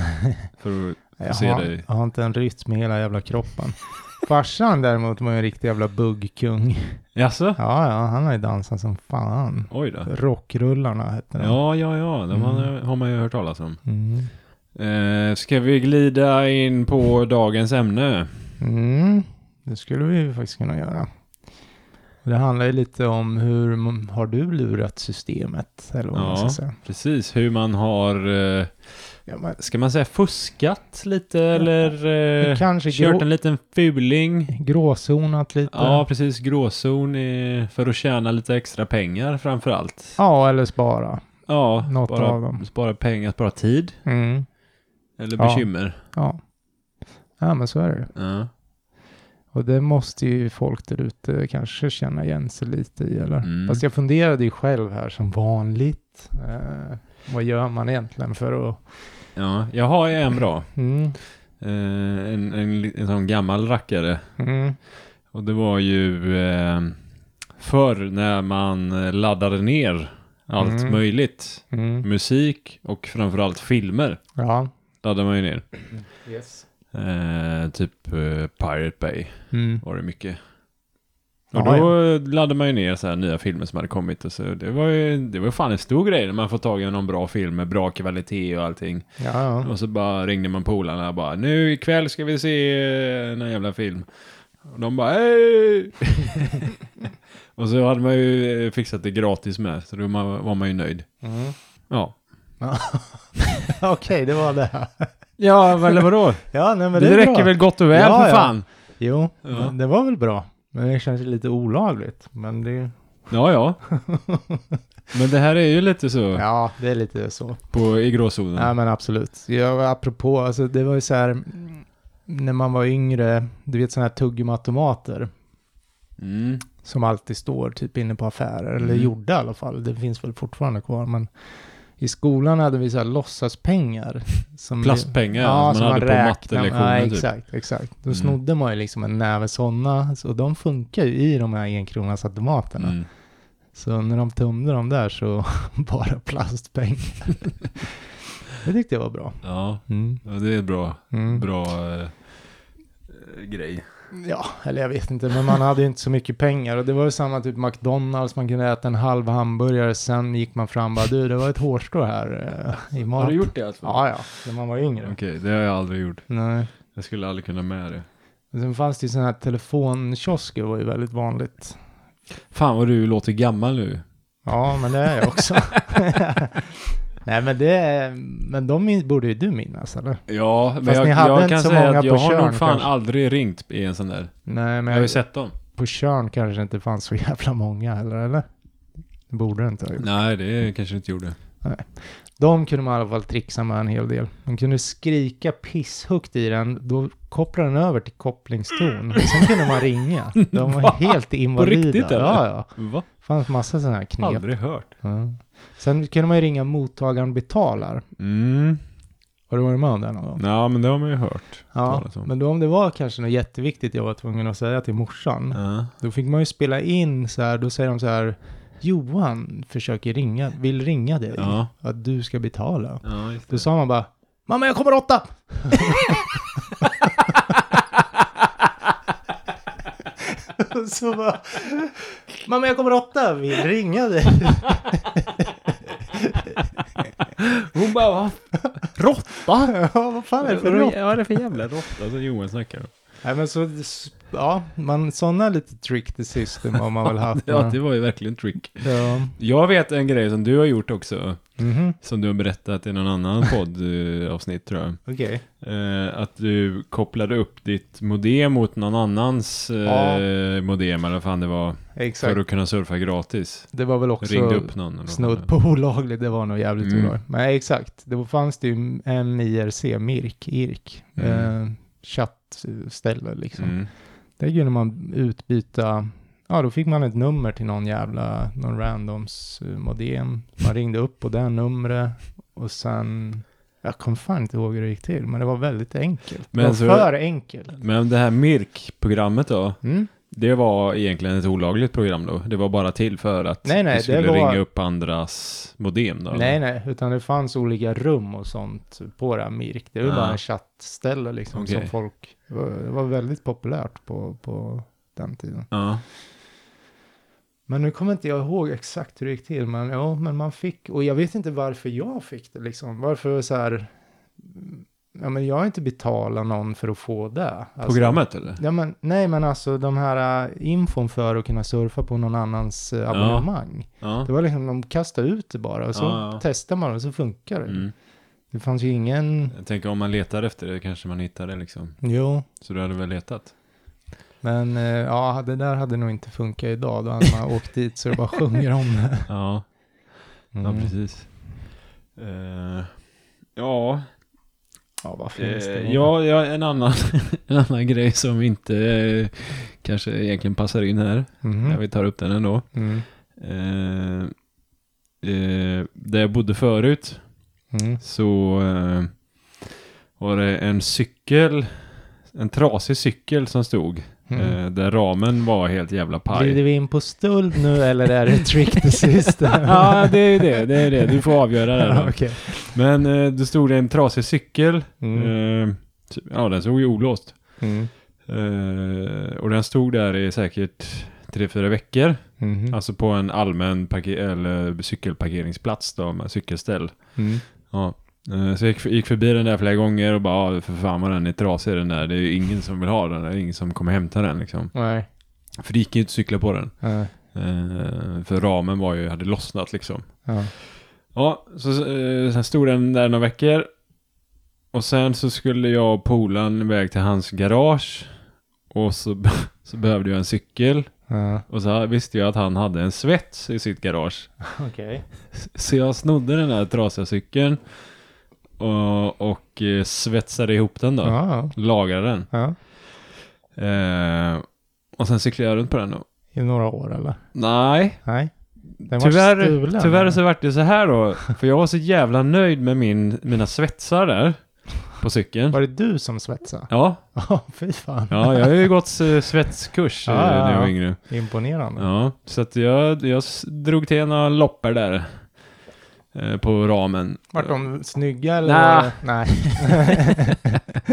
Speaker 2: För att,
Speaker 1: Jag
Speaker 2: ser
Speaker 1: har,
Speaker 2: dig.
Speaker 1: jag har inte en rytm i hela jävla kroppen. Farsan däremot var ju en riktig jävla buggkung.
Speaker 2: jaså?
Speaker 1: Ja, ja, han har ju dansat som fan.
Speaker 2: Oj då.
Speaker 1: Rockrullarna hette de.
Speaker 2: Ja, ja, ja. De har,
Speaker 1: Mm.
Speaker 2: har man ju hört talas om.
Speaker 1: Mm.
Speaker 2: Eh, ska vi glida in på dagens ämne?
Speaker 1: Mm. Det skulle vi ju faktiskt kunna göra. Det handlar ju lite om hur m- har du lurat systemet? Eller vad man ska
Speaker 2: Ja.
Speaker 1: säga.
Speaker 2: Precis, hur man har, eh,
Speaker 1: Ja, men,
Speaker 2: ska man säga fuskat lite eller eh,
Speaker 1: kanske
Speaker 2: kört
Speaker 1: grå,
Speaker 2: en liten fuling?
Speaker 1: gråzonat lite.
Speaker 2: Ja, precis. Gråzon i, för att tjäna lite extra pengar framför allt.
Speaker 1: ja, eller spara.
Speaker 2: Ja,
Speaker 1: Något
Speaker 2: spara,
Speaker 1: av dem.
Speaker 2: spara pengar, spara tid.
Speaker 1: Mm.
Speaker 2: Eller
Speaker 1: Ja.
Speaker 2: bekymmer.
Speaker 1: Ja. ja, men så är det.
Speaker 2: Ja.
Speaker 1: Och det måste ju folk där ute kanske känna igen sig lite i. Eller?
Speaker 2: Mm.
Speaker 1: Fast jag funderade ju själv här som vanligt. Eh, vad gör man egentligen för att...
Speaker 2: ja. Jag har ju en bra.
Speaker 1: Mm.
Speaker 2: Eh, en, en, li- en sån gammal rackare.
Speaker 1: Mm.
Speaker 2: Och det var ju eh, förr när man eh, laddade ner allt
Speaker 1: Mm.
Speaker 2: möjligt.
Speaker 1: Mm.
Speaker 2: Musik och framförallt filmer
Speaker 1: Ja.
Speaker 2: laddade man ju ner.
Speaker 1: Yes.
Speaker 2: Eh, typ eh, Pirate Bay
Speaker 1: Mm.
Speaker 2: var det mycket. Och
Speaker 1: Ja,
Speaker 2: då laddade man ju ner så här nya filmer som hade kommit. Och så det var ju det var fan en stor grej när man får tag i någon bra film med bra kvalitet och allting.
Speaker 1: Ja, ja.
Speaker 2: Och så bara ringde man polarna och bara nu ikväll ska vi se eh, någon jävla film. Och de bara hej! och så hade man ju eh, fixat det gratis med så då man- var man ju nöjd.
Speaker 1: Mm.
Speaker 2: Ja.
Speaker 1: Okej, det var det.
Speaker 2: Ja, eller vadå?
Speaker 1: Ja, nej, men
Speaker 2: det
Speaker 1: det, är
Speaker 2: räcker
Speaker 1: bra.
Speaker 2: väl gott och väl
Speaker 1: Ja,
Speaker 2: för
Speaker 1: ja.
Speaker 2: fan.
Speaker 1: Jo,
Speaker 2: Ja.
Speaker 1: men det var väl bra. Men det känns lite olagligt. Men det...
Speaker 2: Ja, ja. Men det här är ju lite så
Speaker 1: Ja, det är lite så.
Speaker 2: på, i gråzonen.
Speaker 1: Nej men absolut. Ja, apropå, alltså, det var ju så här, mm, när man var yngre, du vet sådana här tuggummiautomater
Speaker 2: Mm.
Speaker 1: som alltid står typ inne på affärer, eller
Speaker 2: Mm.
Speaker 1: gjorde i alla fall. Det finns väl fortfarande kvar, men I skolan hade vi så här låtsaspengar. Som vi-
Speaker 2: Plastpengar
Speaker 1: Mm. ja,
Speaker 2: som man hade på
Speaker 1: räknade-
Speaker 2: mattelektionen
Speaker 1: ja,
Speaker 2: typ.
Speaker 1: exakt, exakt. Då
Speaker 2: Mm.
Speaker 1: snodde man ju liksom en näve sådana. Och de funkar ju i de här enkronasautomaterna.
Speaker 2: Mm.
Speaker 1: Så när de tömde dem där så bara plastpengar. det tyckte jag var bra.
Speaker 2: Ja,
Speaker 1: Mm.
Speaker 2: ja, det är bra,
Speaker 1: Mm.
Speaker 2: bra eh, eh, grej.
Speaker 1: Ja, eller jag vet inte, men man hade ju inte så mycket pengar. Och det var ju samma typ McDonalds, man kunde äta en halv hamburgare, sen gick man fram och bara du, det var ett hårstrå här eh, i mat.
Speaker 2: det alltså?
Speaker 1: Ja, ja, när man var yngre.
Speaker 2: Okej, det har jag aldrig gjort.
Speaker 1: Nej.
Speaker 2: Jag skulle aldrig kunna med det.
Speaker 1: Och Sen fanns det ju sådana här telefonkiosker, var ju väldigt vanligt.
Speaker 2: Fan vad du låter gammal nu.
Speaker 1: Ja, men det är jag också. Nej, men det, men de min- borde ju du minnas, eller?
Speaker 2: Ja, men
Speaker 1: Fast
Speaker 2: jag,
Speaker 1: ni hade
Speaker 2: jag
Speaker 1: inte
Speaker 2: kan
Speaker 1: så
Speaker 2: säga
Speaker 1: många
Speaker 2: att
Speaker 1: på
Speaker 2: jag har
Speaker 1: Tjörn,
Speaker 2: nog fan
Speaker 1: kanske.
Speaker 2: aldrig ringt i en sån där.
Speaker 1: Nej,
Speaker 2: Jag
Speaker 1: men
Speaker 2: har ju
Speaker 1: jag,
Speaker 2: sett dem.
Speaker 1: på Tjörn kanske det inte fanns så jävla många heller, eller? Det borde det inte ha gjort.
Speaker 2: Nej, det kanske du inte gjorde.
Speaker 1: De kunde man i alla fall trixa med en hel del. Man kunde skrika pisshögt i den, då kopplade den över till kopplingston. Sen kunde man ringa. De var
Speaker 2: Va?
Speaker 1: helt invalida.
Speaker 2: Mm. riktigt, eller?
Speaker 1: Ja, ja.
Speaker 2: Va?
Speaker 1: fanns massa sådana här knep.
Speaker 2: Aldrig hört.
Speaker 1: Ja. Sen kunde man ju ringa mottagaren betalar.
Speaker 2: Mm.
Speaker 1: Har du varit med om det någon gång?
Speaker 2: Ja, men det har man ju hört.
Speaker 1: Ja,
Speaker 2: talas om.
Speaker 1: men då om det var kanske något jätteviktigt jag var tvungen att säga till morsan,
Speaker 2: Ja.
Speaker 1: då fick man ju spela in så här, då säger de så här, Johan försöker ringa, vill ringa dig,
Speaker 2: Ja,
Speaker 1: att du ska betala.
Speaker 2: ja just
Speaker 1: Då
Speaker 2: det.
Speaker 1: sa man bara, mamma jag kommer åtta! Och så bara, mamma jag kommer åtta, vill ringa dig.
Speaker 2: Hon bara, vad
Speaker 1: Råtta? Ja, vad fan är det för råtta?
Speaker 2: Vad är det för jävla råtta som Johan snackar om?
Speaker 1: Nej men så, ja, man, sådana lite trick the system har man väl haft.
Speaker 2: Ja,
Speaker 1: men-
Speaker 2: det var ju verkligen trick.
Speaker 1: ja.
Speaker 2: Jag vet en grej som du har gjort också,
Speaker 1: Mhm.
Speaker 2: som du har berättat i någon annan poddavsnitt tror jag.
Speaker 1: Okej.
Speaker 2: Eh, att du kopplade upp ditt modem mot någon annans eh, modem eller vad fan det var.
Speaker 1: Exakt.
Speaker 2: För att kunna surfa gratis.
Speaker 1: Det var väl också
Speaker 2: Ringde upp någon. eller vad fan det
Speaker 1: snudd
Speaker 2: var.
Speaker 1: på olagligt, det var nog jävligt
Speaker 2: Mm.
Speaker 1: olagligt. Men eh, exakt, då fanns det ju MIRC, MIRK, IRK,
Speaker 2: Mm.
Speaker 1: eh, chattställe liksom.
Speaker 2: Mm.
Speaker 1: Där kunde man utbyta, ja då fick man ett nummer till någon jävla, någon randoms eh, modem. Man ringde upp på det numret och sen, jag kommer fan inte ihåg hur det gick till, men det var väldigt enkelt.
Speaker 2: Men
Speaker 1: det var
Speaker 2: så-
Speaker 1: för enkelt.
Speaker 2: Men det här MIRK-programmet då,
Speaker 1: Mm?
Speaker 2: det var egentligen ett olagligt program då? Det var bara till för att
Speaker 1: Nej, nej,
Speaker 2: du skulle
Speaker 1: det var-
Speaker 2: ringa upp andras modem då?
Speaker 1: Nej, nej, utan det fanns olika rum och sånt på det här Mirk. Det var
Speaker 2: Ah.
Speaker 1: bara en chattställe liksom
Speaker 2: Okej.
Speaker 1: som folk, det var- det var väldigt populärt på, på den tiden.
Speaker 2: Ja.
Speaker 1: Men nu kommer inte jag ihåg exakt hur det gick till, men ja, men man fick, och jag vet inte varför jag fick det liksom. Varför så här, ja men jag har inte betalat någon för att få det. Alltså,
Speaker 2: Programmet eller?
Speaker 1: Ja, men, nej, men alltså de här äh, infon för att kunna surfa på någon annans äh, abonnemang.
Speaker 2: Ja.
Speaker 1: Det var liksom, de kastade ut det bara och så
Speaker 2: Ja, ja.
Speaker 1: testar man och så funkar det.
Speaker 2: Mm.
Speaker 1: Det fanns ju ingen...
Speaker 2: Jag tänker om man letar efter det kanske man hittar det liksom.
Speaker 1: Jo,
Speaker 2: Så du hade väl letat?
Speaker 1: men eh, ja, det där hade nog inte funkat idag. Då hade man åkt dit så det bara sjunger om det.
Speaker 2: Ja. Ja,
Speaker 1: Mm.
Speaker 2: precis. Eh, ja,
Speaker 1: Ja, vad finns det?
Speaker 2: eh, ja, ja en, annan, en annan grej som inte eh, kanske egentligen passar in här.
Speaker 1: Mhm.
Speaker 2: Ja, vi tar upp den ändå.
Speaker 1: Mm.
Speaker 2: Eh, eh, där jag bodde förut
Speaker 1: Mm.
Speaker 2: så eh, var det en cykel, en trasig cykel som stod.
Speaker 1: Mm.
Speaker 2: Eh, där ramen var helt jävla paj.
Speaker 1: Glider vi in på stuld nu eller är det trick the system?
Speaker 2: ja, det är ju det. Det är det. Du får avgöra det. här
Speaker 1: Ja,
Speaker 2: då.
Speaker 1: okej.
Speaker 2: Men eh, då stod det en trasig cykel.
Speaker 1: Mm.
Speaker 2: Eh, typ- ja, den såg ju olåst.
Speaker 1: Mm.
Speaker 2: Eh, och den stod där i säkert tre, fyra veckor.
Speaker 1: Mhm.
Speaker 2: Alltså på en allmän parke- eller cykelparkeringsplats då, med cykelställ.
Speaker 1: Mm.
Speaker 2: Ja. Eh, Så jag gick, gick förbi den där flera gånger och bara, "Ja, för fan vad den är trasig den där. Det är ju ingen som vill ha den, det är ingen som kommer hämta den liksom.
Speaker 1: Nej.
Speaker 2: För det gick ju inte att cykla på den.
Speaker 1: Ja.
Speaker 2: Eh, För ramen var ju, hade lossnat liksom.
Speaker 1: Ja.
Speaker 2: Ja, så eh, sen stod den där några veckor. Och sen så skulle jag och polaren iväg till hans garage. Och så, be- så behövde jag en cykel.
Speaker 1: Ja.
Speaker 2: Och så visste jag att han hade en svets i sitt garage.
Speaker 1: Okej.
Speaker 2: Så jag snodde den där trasiga cykeln. Och, och eh, svetsade ihop den då.
Speaker 1: Ja.
Speaker 2: Lagade den.
Speaker 1: Ja.
Speaker 2: Eh, och sen cyklade jag runt på den då.
Speaker 1: I några år eller?
Speaker 2: Nej,
Speaker 1: Nej. Den var
Speaker 2: Tyvärr,
Speaker 1: stulen,
Speaker 2: tyvärr
Speaker 1: eller?
Speaker 2: så vart det så här då. För jag var så jävla nöjd med min, mina svetsar där. På cykeln.
Speaker 1: Var det du som svetsade?
Speaker 2: Ja,
Speaker 1: Ja, fy fan.
Speaker 2: ja, jag har ju gått eh, svetskurs eh,
Speaker 1: Ja, ja,
Speaker 2: när jag var
Speaker 1: ja.
Speaker 2: yngre.
Speaker 1: Imponerande.
Speaker 2: Ja, så att jag, jag s- drog till några loppor där. eh, På ramen.
Speaker 1: Vart de snygga eller?
Speaker 2: Nä.
Speaker 1: var det- Nej.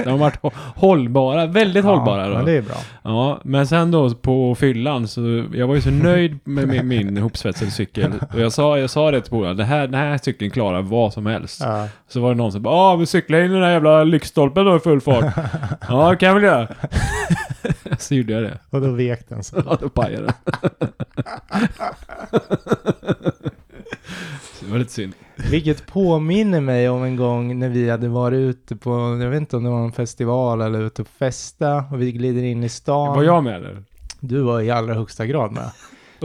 Speaker 2: De har varit hå- hållbara, väldigt hållbara. Då.
Speaker 1: Ja, men det är bra.
Speaker 2: Ja, men sen då på fyllan så jag var ju så nöjd med min, min hopsvetsade cykel. Och jag sa, jag sa det till polaren, det här, den här cykeln klarar vad som helst.
Speaker 1: Ja.
Speaker 2: Så var det någon som bara, ja men cykla in i den där jävla lyktstolpen då i full fart. ja, det kan jag väl göra. så gjorde jag det.
Speaker 1: Och då vek den sig.
Speaker 2: Ja, då pajade den. Så det var lite synd.
Speaker 1: Vilket påminner mig om en gång när vi hade varit ute på, jag vet inte om det var någon festival eller ute och festa och vi glider in i stan.
Speaker 2: Var jag med eller?
Speaker 1: Du var i allra högsta grad med.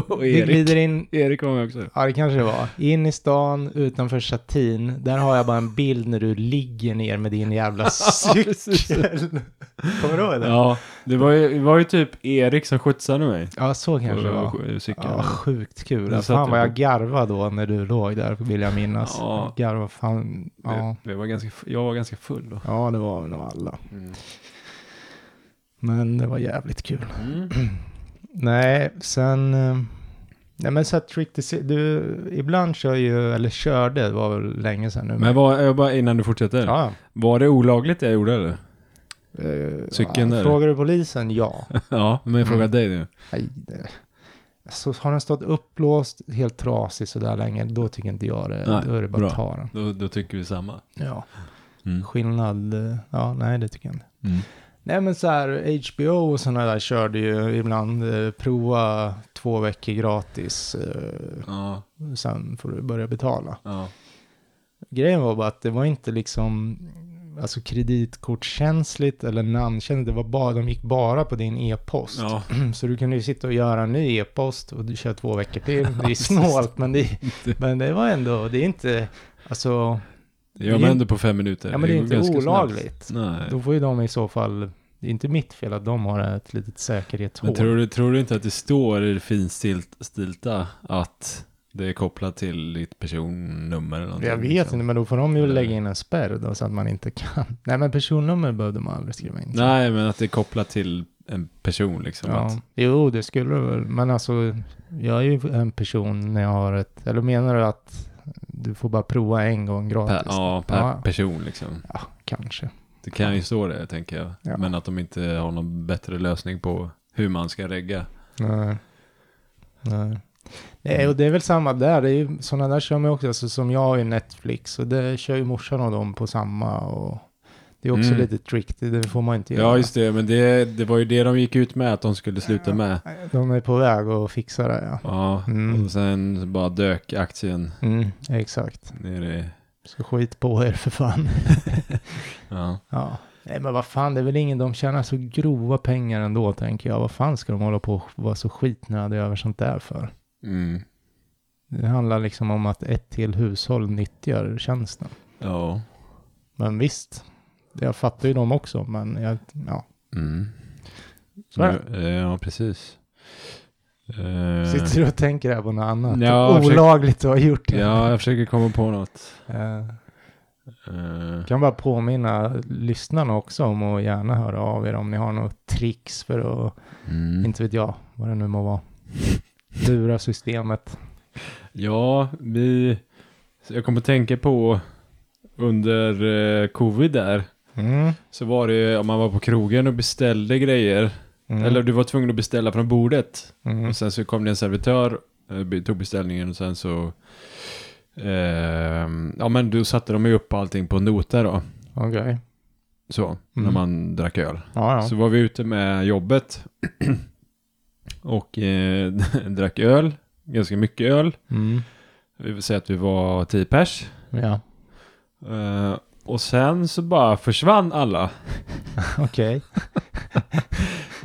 Speaker 2: Och
Speaker 1: Vi
Speaker 2: Erik.
Speaker 1: glider in,
Speaker 2: Erik var med också.
Speaker 1: ja det kanske det var, in i stan utanför Satin. Där har jag bara en bild när du ligger ner med din jävla cykel. Kommer du ihåg det?
Speaker 2: Ja, det var ju, det var ju typ Erik som skjutsade mig.
Speaker 1: Ja, så kanske det var.
Speaker 2: På cykeln.
Speaker 1: Ja, sjukt kul.
Speaker 2: Där
Speaker 1: Alltså,
Speaker 2: satt
Speaker 1: fan vad
Speaker 2: jag
Speaker 1: jag garvade då när du låg där, vill jag minnas.
Speaker 2: Ja.
Speaker 1: Garva fan, ja.
Speaker 2: Vi, vi var ganska, f- jag var ganska full då.
Speaker 1: Ja, det var väl nog alla. Men det var jävligt kul.
Speaker 2: Mm.
Speaker 1: Nej, sen... eh, Nej, men så att Trick the City, du, ibland kör ju, eller körde, det var väl länge sedan nu.
Speaker 2: Men var, jag bara innan du fortsätter.
Speaker 1: ja.
Speaker 2: Var det olagligt det jag gjorde eller?
Speaker 1: eh,
Speaker 2: Cykeln
Speaker 1: ja,
Speaker 2: där.
Speaker 1: Frågar du polisen? Ja.
Speaker 2: ja, men jag frågar dig nu.
Speaker 1: Nej, det. Så har den stått uppblåst, helt trasig sådär länge, då tycker inte jag det.
Speaker 2: Nej,
Speaker 1: då är det bara
Speaker 2: bra.
Speaker 1: att ta den.
Speaker 2: Då, då tycker vi samma.
Speaker 1: Ja.
Speaker 2: Mm.
Speaker 1: Skillnad, eh, ja nej det tycker jag inte.
Speaker 2: Mm.
Speaker 1: Nej men så här, HBO och sådana där körde ju ibland eh, prova två veckor gratis. Eh,
Speaker 2: Ja,
Speaker 1: sen får du börja betala.
Speaker 2: ja.
Speaker 1: Grejen var bara att det var inte liksom alltså kreditkortskänsligt eller namnkänsligt. Det var bara, de gick bara på din e-post. Mm,
Speaker 2: ja.
Speaker 1: Så du kunde ju sitta och göra en ny e-post och du kör två veckor till. Det är snålt men det, men det var ändå, det är inte, alltså,
Speaker 2: Det gör man ändå på fem minuter.
Speaker 1: ja men det är
Speaker 2: går
Speaker 1: inte
Speaker 2: ganska
Speaker 1: olagligt.
Speaker 2: snabbt. Nej.
Speaker 1: Då får ju de i så fall, det är inte mitt fel att de har ett litet säkerhetshål.
Speaker 2: Men tror du, tror du inte att det står i det finstilta att det är kopplat till ditt personnummer eller någonting?
Speaker 1: jag vet
Speaker 2: liksom?
Speaker 1: inte, men då får de ju
Speaker 2: Eller-
Speaker 1: lägga in en spärr då så att man inte kan. Nej men personnummer behövde man aldrig skriva in.
Speaker 2: Nej, men att det är kopplat till en person liksom. Att,
Speaker 1: Ja. Jo, det skulle du väl. Men alltså, jag är ju en person när jag har ett... Eller menar du att du får bara prova en gång
Speaker 2: per,
Speaker 1: gratis?
Speaker 2: ja, per
Speaker 1: Ja.
Speaker 2: person liksom.
Speaker 1: Ja, kanske.
Speaker 2: Det kan ju stå det, tänker jag.
Speaker 1: Ja.
Speaker 2: Men att de inte har någon bättre lösning på hur man ska regga.
Speaker 1: Nej. Nej. Nej, och det är väl samma där. Det är ju, sådana där kör man ju också. Alltså, som jag har ju Netflix och det kör ju morsan och dem på samma. Och det är också
Speaker 2: Mm.
Speaker 1: lite tricky. Det får man inte göra.
Speaker 2: Ja, just det. Men det, det var ju det de gick ut med, att de skulle sluta med.
Speaker 1: De är på väg att fixa det, ja.
Speaker 2: Ja,
Speaker 1: Mm.
Speaker 2: och sen så bara dök aktien
Speaker 1: Mm, exakt.
Speaker 2: ner i...
Speaker 1: Så skit på er för fan.
Speaker 2: Ja.
Speaker 1: Ja. Nej men vad fan, det är väl ingen, de tjänar så grova pengar ändå tänker jag. Vad fan ska de hålla på och vara så skitnödiga över sånt där för?
Speaker 2: Mm.
Speaker 1: Det handlar liksom om att ett till hushåll nyttjar tjänsten.
Speaker 2: Ja.
Speaker 1: Men visst, jag fattar ju dem också, men jag, ja.
Speaker 2: Mm.
Speaker 1: Så är
Speaker 2: Nu- eh, Ja, precis. Eh,
Speaker 1: Sitter du och tänker här på något annat?
Speaker 2: Ja, jag försöker-
Speaker 1: Olagligt att ha gjort det.
Speaker 2: Ja, jag försöker komma på något.
Speaker 1: Eh,
Speaker 2: Eh,
Speaker 1: kan bara påminna lyssnarna också om att gärna höra av er om ni har något tricks för att,
Speaker 2: Mm.
Speaker 1: inte vet jag, vad det nu må vara. Lura systemet.
Speaker 2: Ja, vi... så Jag kommer att tänka på under eh, covid där.
Speaker 1: Mm.
Speaker 2: Så var det ju om man var på krogen och beställde grejer.
Speaker 1: Mm.
Speaker 2: Eller du var tvungen att beställa från bordet.
Speaker 1: Mm.
Speaker 2: Och sen så kom det en servitör, eh, be- tog beställningen och sen så... ehm, ja men då satte de ju upp allting på noter då.
Speaker 1: Okej.
Speaker 2: Så, när
Speaker 1: Mm.
Speaker 2: man drack öl.
Speaker 1: Ja, ja.
Speaker 2: Så var vi ute med jobbet. och eh, drack öl. Ganska mycket öl.
Speaker 1: Mm.
Speaker 2: Vi vill säga att vi var 10 pers.
Speaker 1: Ja,
Speaker 2: Eh, och sen så bara försvann alla.
Speaker 1: okej.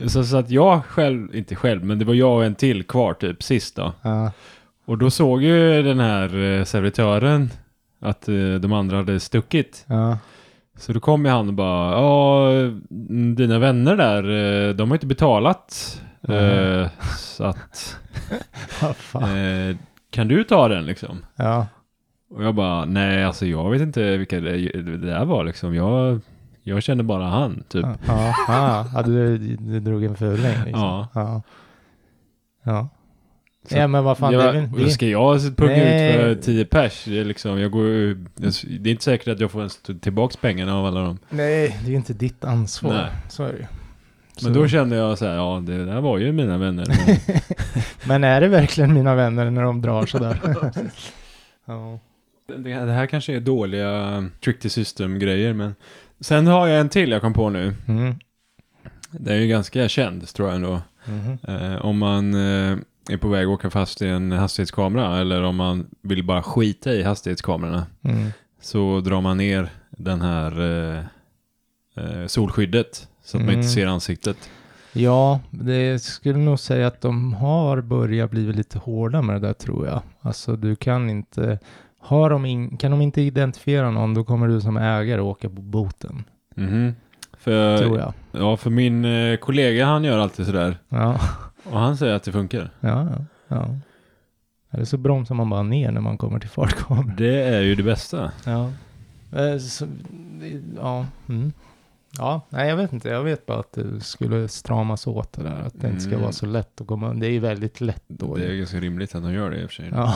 Speaker 2: Så, så att jag själv, inte själv, men det var jag och en till kvar typ sist då.
Speaker 1: Ja.
Speaker 2: Och då såg ju den här eh, servitören att eh, de andra hade stuckit.
Speaker 1: ja.
Speaker 2: Så då kom ju han och bara, ja, mm, dina vänner där, eh, de har inte betalat. Eh,
Speaker 1: Mm.
Speaker 2: så att
Speaker 1: Vad fan.
Speaker 2: eh, kan du ta den liksom?
Speaker 1: Ja.
Speaker 2: Och jag bara, nej alltså jag vet inte vilka det, det där var liksom. Jag, jag känner bara han typ.
Speaker 1: Ja, ja, ja, ja du, du drog en fuling liksom.
Speaker 2: Ja.
Speaker 1: Ja. Ja.
Speaker 2: Så-
Speaker 1: ja, men vad fan, det är
Speaker 2: jag,
Speaker 1: väl...
Speaker 2: vad
Speaker 1: Det
Speaker 2: Ska jag punga
Speaker 1: Nej.
Speaker 2: ut för 10 pers? Det är, liksom, jag går, ju- det är inte säkert att jag får ens tillbaka pengarna av alla dem.
Speaker 1: nej, det är ju inte ditt ansvar.
Speaker 2: Nej.
Speaker 1: Så är det ju.
Speaker 2: Men
Speaker 1: Så-
Speaker 2: då kände jag så här, ja det där var ju mina vänner.
Speaker 1: Men är det verkligen mina vänner när de drar sådär? ja.
Speaker 2: Det- Det det här kanske är dåliga trick the system-grejer, men sen har jag en till jag kom på nu.
Speaker 1: Mm.
Speaker 2: Den är ju ganska känd, tror jag ändå.
Speaker 1: Mhm.
Speaker 2: Eh, om man eh, är på väg att åka fast i en hastighetskamera, eller om man vill bara skita i hastighetskamerorna,
Speaker 1: Mm.
Speaker 2: så drar man ner den här eh, eh, solskyddet, så att man
Speaker 1: Mm.
Speaker 2: inte ser ansiktet.
Speaker 1: Ja, det skulle nog säga att de har börjat bli lite hårda med det där tror jag. Alltså du kan inte, har de in, kan de inte identifiera någon då kommer du som ägare åka på boten.
Speaker 2: Mhm. För,
Speaker 1: Tror jag.
Speaker 2: ja, för min eh, kollega han gör alltid sådär,
Speaker 1: Ja,
Speaker 2: och han säger att det funkar.
Speaker 1: ja, ja, ja. Eller så bromsar man bara ner när man kommer till fartkameran.
Speaker 2: Det är ju det bästa.
Speaker 1: Ja. Eh, Så, ja. Mm. Ja, nej jag vet inte. Jag vet bara att det skulle stramas åt det där. Att det inte ska
Speaker 2: Mm.
Speaker 1: vara så lätt att komma. Det är ju väldigt lätt då.
Speaker 2: Det är ganska rimligt att de gör det i och för sig.
Speaker 1: Ja.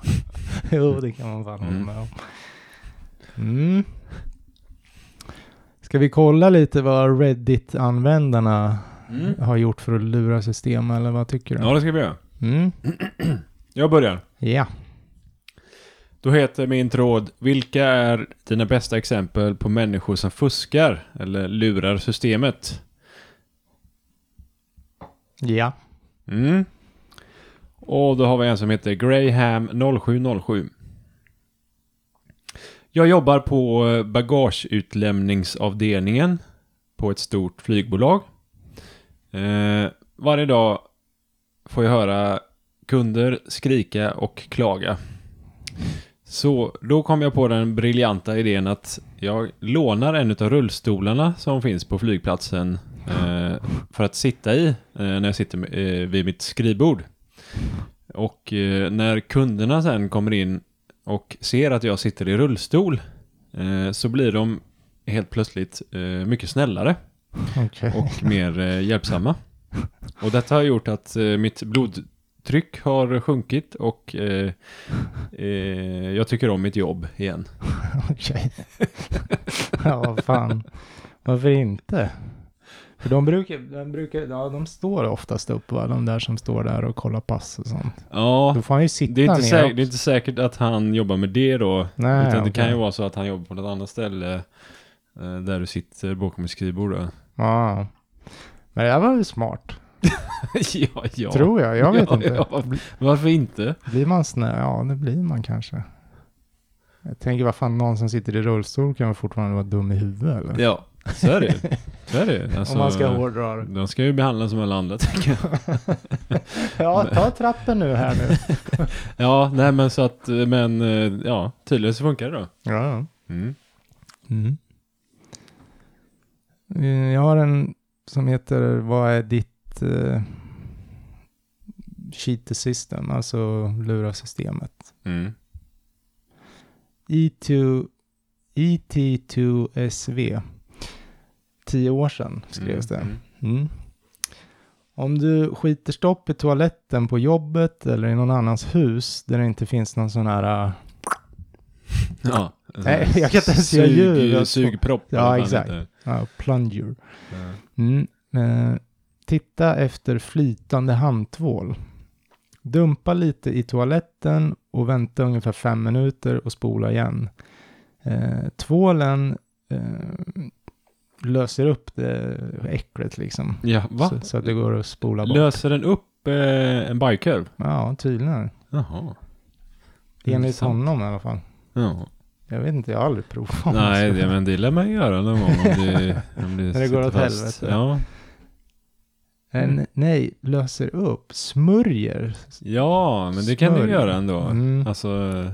Speaker 1: jo, det kan man fan hålla
Speaker 2: Mm.
Speaker 1: med om. Mm. Ska vi kolla lite vad Reddit-användarna
Speaker 2: Mm.
Speaker 1: har gjort för att lura system eller vad tycker du?
Speaker 2: Ja, det ska vi göra.
Speaker 1: Mm.
Speaker 2: Jag börjar.
Speaker 1: Ja.
Speaker 2: Då heter min tråd Vilka är dina bästa exempel på människor som fuskar eller lurar systemet?
Speaker 1: Ja.
Speaker 2: Mm. Och då har vi en som heter Graham0707. Jag jobbar på eh, bagageutlämningsavdelningen på ett stort flygbolag. Eh, varje dag får jag höra kunder skrika och klaga. Så då kom jag på den briljanta idén att jag lånar en av rullstolarna som finns på flygplatsen eh, för att sitta i eh, när jag sitter med- eh, vid mitt skrivbord. Och eh, när kunderna sen kommer in och ser att jag sitter i rullstol eh, så blir de helt plötsligt eh, mycket snällare
Speaker 1: Okej.
Speaker 2: och mer eh, hjälpsamma. Och detta har gjort att eh, mitt blodtryck har sjunkit och eh, eh, jag tycker om mitt jobb igen.
Speaker 1: Okej. ja, fan. Varför inte? För de brukar, de brukar, ja de står oftast upp va? De där som står där och kollar pass och sånt.
Speaker 2: Ja,
Speaker 1: Då får han ju sitta
Speaker 2: det är inte,
Speaker 1: ner
Speaker 2: säkert,
Speaker 1: också.
Speaker 2: det är inte säkert att han jobbar med det då.
Speaker 1: Nej,
Speaker 2: utan det
Speaker 1: okej.
Speaker 2: kan ju vara så att han jobbar på något annat ställe eh, där du sitter bakom ett skrivbord. Då.
Speaker 1: Ja. Men det där var ju smart.
Speaker 2: ja, ja.
Speaker 1: Tror jag, jag vet
Speaker 2: ja,
Speaker 1: inte.
Speaker 2: ja. Varför inte?
Speaker 1: Blir man snö? Ja, det blir man kanske. Jag tänker, vad fan, någon som sitter i rullstol kan väl fortfarande vara dum i huvudet eller?
Speaker 2: Ja, så är det ju. Så är det ju. Alltså,
Speaker 1: Om man ska hårdra det.
Speaker 2: De ska ju behandlas som alla andra, tänker jag.
Speaker 1: Ja, ta trappen nu här nu.
Speaker 2: Ja, nej men så att, eh, men eh, ja, tydligen så funkar det då.
Speaker 1: ja, ja.
Speaker 2: Mm.
Speaker 1: Mm. Eh, Jag har en som heter Vad är ditt eh, cheat the system? Alltså lura systemet.
Speaker 2: Mm.
Speaker 1: E E2, E ET2SV. Tio år sedan skrevs det.
Speaker 2: Mm.
Speaker 1: Mm. Om du skiter stopp i toaletten på jobbet eller i någon annans hus där det inte finns någon sån här... äh,
Speaker 2: Ja.
Speaker 1: Nej, jag kan inte ens göra ljud.
Speaker 2: Sugpropp.
Speaker 1: Ja,
Speaker 2: eller vad fan
Speaker 1: exakt.
Speaker 2: det heter.
Speaker 1: Ja, äh, plunger.
Speaker 2: Ja.
Speaker 1: Mm. Eh, titta efter flytande handtvål. Dumpa lite i toaletten och vänta ungefär fem minuter och spola igen. Eh, tvålen eh, löser upp det äcklet liksom.
Speaker 2: Ja, va?
Speaker 1: Så, så att det går att spola bort.
Speaker 2: Löser den upp eh, en bajkorv?
Speaker 1: ja,
Speaker 2: Mm,
Speaker 1: tydligen.
Speaker 2: Jaha.
Speaker 1: Enligt
Speaker 2: Intressant.
Speaker 1: honom i alla fall.
Speaker 2: Ja.
Speaker 1: Jag vet inte, jag har aldrig provat.
Speaker 2: Nej, det, men det lär man ju göra någon gång om det, om det,
Speaker 1: När det går
Speaker 2: sitter
Speaker 1: åt
Speaker 2: fast.
Speaker 1: helvete. En,
Speaker 2: Ja.
Speaker 1: Eh, nej, löser upp, smörjer.
Speaker 2: ja, men det kan du
Speaker 1: Smörj.
Speaker 2: göra ändå.
Speaker 1: Mm.
Speaker 2: Alltså,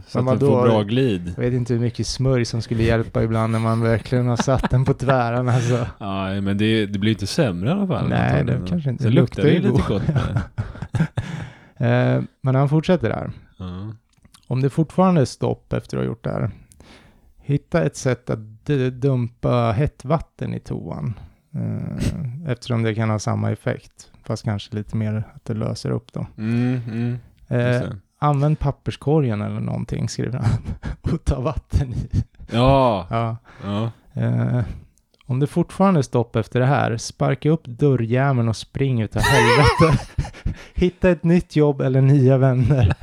Speaker 2: så
Speaker 1: Men
Speaker 2: att du
Speaker 1: vadå?
Speaker 2: får bra glid.
Speaker 1: Jag vet inte hur mycket smörj som skulle hjälpa ibland när man verkligen har satt den på tvären alltså.
Speaker 2: Nej, men det, det blir inte sämre i alla fall.
Speaker 1: Nej, det
Speaker 2: antagligen.
Speaker 1: kanske inte-
Speaker 2: Sen
Speaker 1: det
Speaker 2: luktar det ju
Speaker 1: luktar ju
Speaker 2: lite gott. med.
Speaker 1: Eh, men han fortsätter där.
Speaker 2: Ja.
Speaker 1: om det fortfarande är stopp efter att ha gjort det här, hitta ett sätt att d- dumpa hett vatten i toan. Eh, eftersom det kan ha samma effekt, fast kanske lite mer att det löser upp då.
Speaker 2: Mm, mm,
Speaker 1: Eh,
Speaker 2: just det.
Speaker 1: använd papperskorgen eller någonting, skriver han, och ta vatten i.
Speaker 2: ja,
Speaker 1: Ja.
Speaker 2: ja.
Speaker 1: Eh, om det fortfarande är stopp efter det här, sparka upp dörrjäveln och spring utav helvete. Hitta ett nytt jobb eller nya vänner.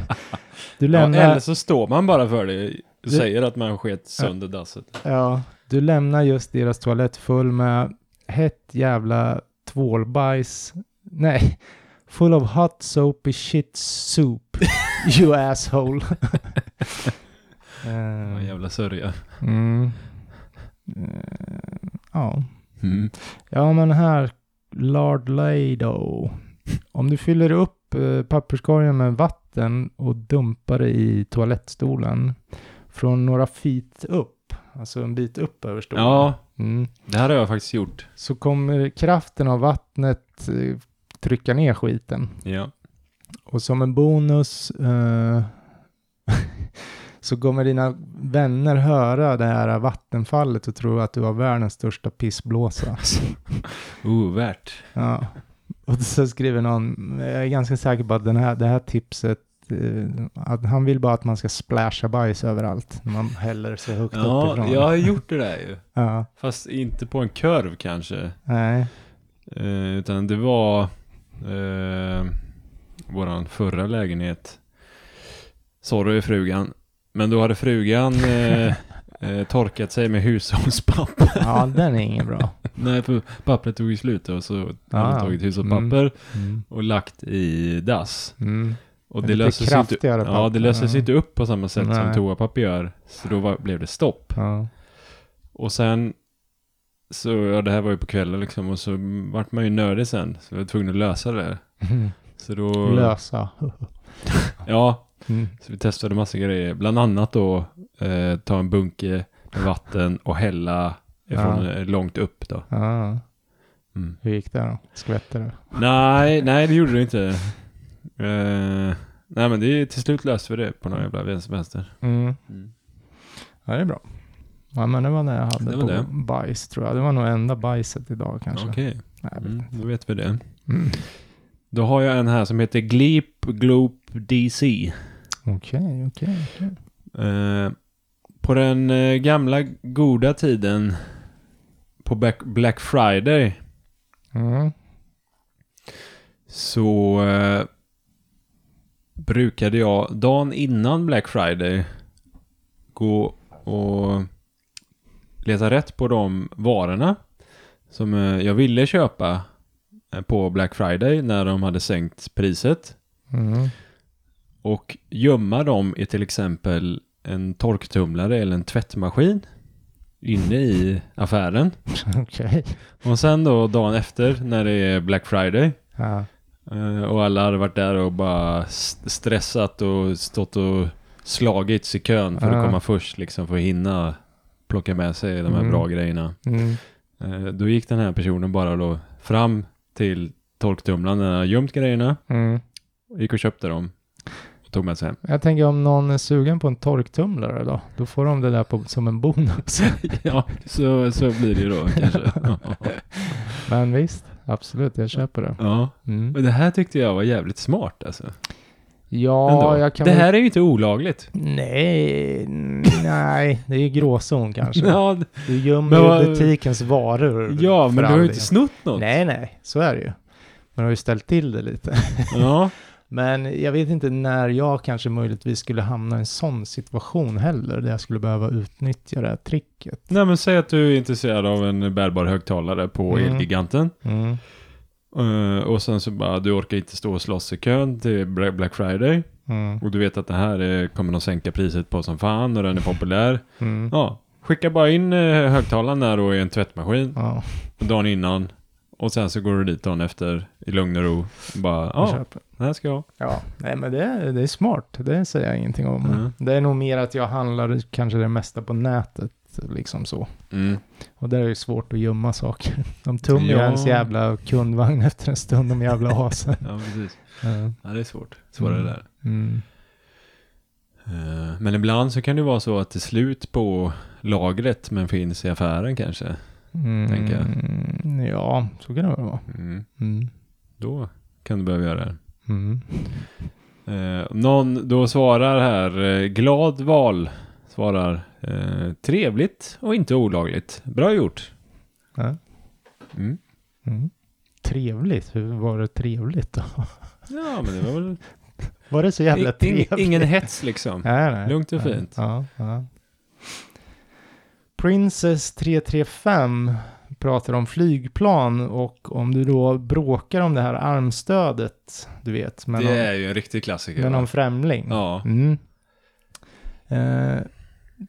Speaker 1: Du
Speaker 2: ja.
Speaker 1: lämnar,
Speaker 2: Eller så står man bara för det och
Speaker 1: Du-
Speaker 2: säger att man sket sönder dasset.
Speaker 1: ja, du lämnar just deras toalett full med hett jävla tvålbajs. Nej, full of hot soapy shit soup. You asshole.
Speaker 2: Mm.
Speaker 1: eh,
Speaker 2: Jävla sörja.
Speaker 1: mm. eh, ja.
Speaker 2: Mm.
Speaker 1: Ja, men här, Lard Lado. Om du fyller upp eh, papperskorgen med vatten och dumpar det i toalettstolen från några feet upp, alltså en bit upp över stolen,
Speaker 2: Ja,
Speaker 1: mm,
Speaker 2: det här har jag faktiskt gjort.
Speaker 1: så kommer kraften av vattnet eh, trycka ner skiten.
Speaker 2: Ja.
Speaker 1: Och som en bonus eh, så kommer dina vänner höra det här vattenfallet och tro att du har världens största pissblåsa.
Speaker 2: Oh, värt.
Speaker 1: Ja. Och så skriver någon, jag är ganska säker på att den här, det här tipset, eh, att han vill bara att man ska splasha bajs överallt när man häller sig högt
Speaker 2: Ja,
Speaker 1: uppifrån.
Speaker 2: jag har gjort det där ju.
Speaker 1: ja.
Speaker 2: Fast inte på en kurv kanske.
Speaker 1: Nej.
Speaker 2: Eh, utan det var eh, våran förra lägenhet. Sorry frugan. Men då hade frugan eh, eh, torkat sig med hushållspapper.
Speaker 1: Ja, den är ingen bra.
Speaker 2: Nej, för pappret tog ju slut och så hade
Speaker 1: Ah,
Speaker 2: hon tagit hushållspapper
Speaker 1: Mm.
Speaker 2: och lagt i dass.
Speaker 1: Mm.
Speaker 2: Och
Speaker 1: Men
Speaker 2: det
Speaker 1: lite
Speaker 2: löses ju inte,
Speaker 1: kraftigare
Speaker 2: ja, det
Speaker 1: papper,
Speaker 2: löses ju
Speaker 1: ja.
Speaker 2: inte upp på samma sätt som
Speaker 1: Nej.
Speaker 2: toapapper gör. Så då var, blev det stopp.
Speaker 1: Ja.
Speaker 2: Och sen, så ja, det här var ju på kvällen liksom och så vart man ju nördig sen. Så vi var tvungna att lösa det. Så då,
Speaker 1: Lösa.
Speaker 2: ja,
Speaker 1: Mm.
Speaker 2: så vi testade massa grejer. Bland annat då eh, ta en bunke med vatten och hälla från
Speaker 1: Ja.
Speaker 2: eh, långt upp då.
Speaker 1: Ja.
Speaker 2: Mm.
Speaker 1: Hur gick det då? Skvätte det?
Speaker 2: Nej, nej det gjorde det inte. Eh, nej men det är till slut löste vi det på någon jävla vänster.
Speaker 1: Mm.
Speaker 2: Mm.
Speaker 1: Ja, det är bra. Ja, men det var det jag hade
Speaker 2: Det var
Speaker 1: på
Speaker 2: det.
Speaker 1: bajs tror jag. Det var nog enda bajset idag kanske.
Speaker 2: Okej,
Speaker 1: Nej, jag vet
Speaker 2: mm,
Speaker 1: inte.
Speaker 2: då vet vi det.
Speaker 1: Mm.
Speaker 2: Då har jag en här som heter Gleep Gloop DC.
Speaker 1: Okej, okej, okej.
Speaker 2: Eh, på den eh, gamla goda tiden på Back- Black Friday
Speaker 1: Mm.
Speaker 2: så eh, brukade jag dagen innan Black Friday gå och leta rätt på de varorna som eh, jag ville köpa eh, på Black Friday när de hade sänkt priset
Speaker 1: Mm.
Speaker 2: och gömma dem i till exempel en torktumlare eller en tvättmaskin inne i affären.
Speaker 1: Okej.
Speaker 2: Och sen då dagen efter när det är Black Friday
Speaker 1: Ja.
Speaker 2: eh, och alla hade varit där och bara st- stressat och stått och slagits i kön för
Speaker 1: Ja.
Speaker 2: att komma först liksom för att hinna plocka med sig de här
Speaker 1: Mm.
Speaker 2: bra grejerna.
Speaker 1: Mm.
Speaker 2: Eh, Då gick den här personen bara då fram till torktumlaren där han hade gömt grejerna,
Speaker 1: Mm.
Speaker 2: gick och köpte dem och tog med sig hem.
Speaker 1: Jag tänker om någon är sugen på en torktumlare då, då får de det där på, som en bonus.
Speaker 2: Ja, så, så blir det ju då kanske.
Speaker 1: Men visst, absolut, jag köper det.
Speaker 2: Ja,
Speaker 1: Mm.
Speaker 2: men det här tyckte jag var jävligt smart alltså.
Speaker 1: Ja,
Speaker 2: Ändå.
Speaker 1: jag kan
Speaker 2: det
Speaker 1: väl-
Speaker 2: här är ju inte olagligt.
Speaker 1: Nej, nej, det är ju gråzon kanske.
Speaker 2: Ja, d-
Speaker 1: Du gömmer
Speaker 2: Men vad-
Speaker 1: ju butikens varor.
Speaker 2: ja
Speaker 1: för
Speaker 2: men du har
Speaker 1: all
Speaker 2: ju
Speaker 1: del.
Speaker 2: inte snott något.
Speaker 1: Nej, nej, så är det ju. Men du har ju ställt till det lite.
Speaker 2: Ja,
Speaker 1: Men jag vet inte när jag kanske möjligtvis skulle hamna i en sån situation heller, där jag skulle behöva utnyttja det här tricket.
Speaker 2: nej men säg att du är intresserad av en bärbar högtalare på
Speaker 1: Mm.
Speaker 2: Elgiganten.
Speaker 1: Mm.
Speaker 2: Eh, och sen så bara, du orkar inte stå och slåss i kön till Bra- Black Friday.
Speaker 1: Mm.
Speaker 2: Och du vet att det här eh, kommer de sänka priset på som fan och den är populär.
Speaker 1: Mm.
Speaker 2: Ja, skicka bara in eh, högtalaren där då i en tvättmaskin.
Speaker 1: Ja,
Speaker 2: dagen innan. Och sen så går du dit dagen efter i lugn och ro. Bara,
Speaker 1: jag
Speaker 2: ja,
Speaker 1: köper.
Speaker 2: det här ska jag.
Speaker 1: Ja, nej men det, är- det är smart. Det säger jag ingenting om.
Speaker 2: Mm.
Speaker 1: Det är nog mer att jag handlar kanske det mesta på nätet, liksom så.
Speaker 2: Mm.
Speaker 1: Och där är det svårt att gömma saker. De tömmer ju
Speaker 2: Ja.
Speaker 1: ens jävla kundvagn efter en stund, de jävla asen.
Speaker 2: Ja, precis.
Speaker 1: Mm.
Speaker 2: Ja, det är svårt. Svårare
Speaker 1: Mm.
Speaker 2: där.
Speaker 1: Mm.
Speaker 2: Eh, Men ibland så kan det vara så att det är slut på lagret men finns i affären kanske.
Speaker 1: Mm,
Speaker 2: Tänker
Speaker 1: Ja, så kan det väl vara.
Speaker 2: Mm.
Speaker 1: Mm.
Speaker 2: Då kan du behöva göra det.
Speaker 1: Mm.
Speaker 2: Eh, någon då svarar här, eh, glad val, svarar eh, trevligt och inte olagligt. Bra gjort.
Speaker 1: Ja.
Speaker 2: Mm.
Speaker 1: Mm. Trevligt, hur var det trevligt då?
Speaker 2: Ja, men det var väl
Speaker 1: Var det så jävla
Speaker 2: in,
Speaker 1: trevligt?
Speaker 2: ingen hets liksom.
Speaker 1: Nej, nej.
Speaker 2: Lugnt och
Speaker 1: Ja,
Speaker 2: fint.
Speaker 1: Ja, ja. Princess 335 pratar om flygplan och om du då bråkar om det här armstödet, du vet, med,
Speaker 2: Det
Speaker 1: någon,
Speaker 2: är ju en riktig klassiker.
Speaker 1: med
Speaker 2: va?
Speaker 1: någon främling.
Speaker 2: Ja,
Speaker 1: Mm. Eh,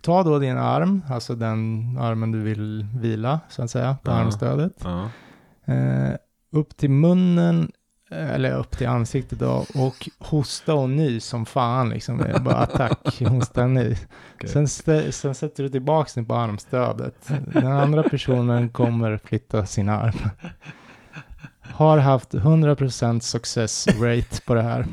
Speaker 1: ta då din arm, alltså den armen du vill vila, så att säga, på
Speaker 2: Ja.
Speaker 1: armstödet.
Speaker 2: ja.
Speaker 1: Eh, upp till munnen, eh, eller upp till ansiktet då, och hosta och ny som fan liksom. Det är Bara attack, hosta och ny.
Speaker 2: Okej.
Speaker 1: Sen, stä- sen sätter du tillbaka den på armstödet. Den andra personen kommer flytta sin arm. Har haft 100% success rate på det här.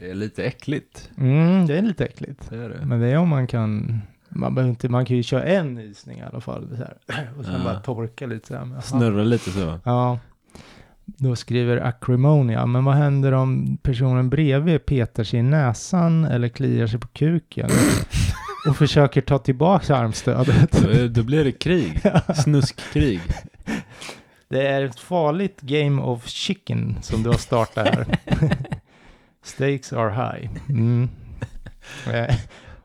Speaker 2: Det är lite äckligt.
Speaker 1: Mm, det är lite äckligt.
Speaker 2: Det är det.
Speaker 1: Men det är om man kan, man behöver inte, man kan ju köra en nysning i alla fall. Så här. Och sen
Speaker 2: Ja.
Speaker 1: bara torka lite så här med handen.
Speaker 2: Snurrar lite så.
Speaker 1: Ja. Då skriver acrimonia, men vad händer om personen bredvid petar sig i näsan eller kliar sig på kuken och försöker ta tillbaka armstödet?
Speaker 2: Då, är- då blir det krig. Snuskkrig.
Speaker 1: Det är ett farligt game of chicken som du har startat här. Stakes are high. Mm. Eh,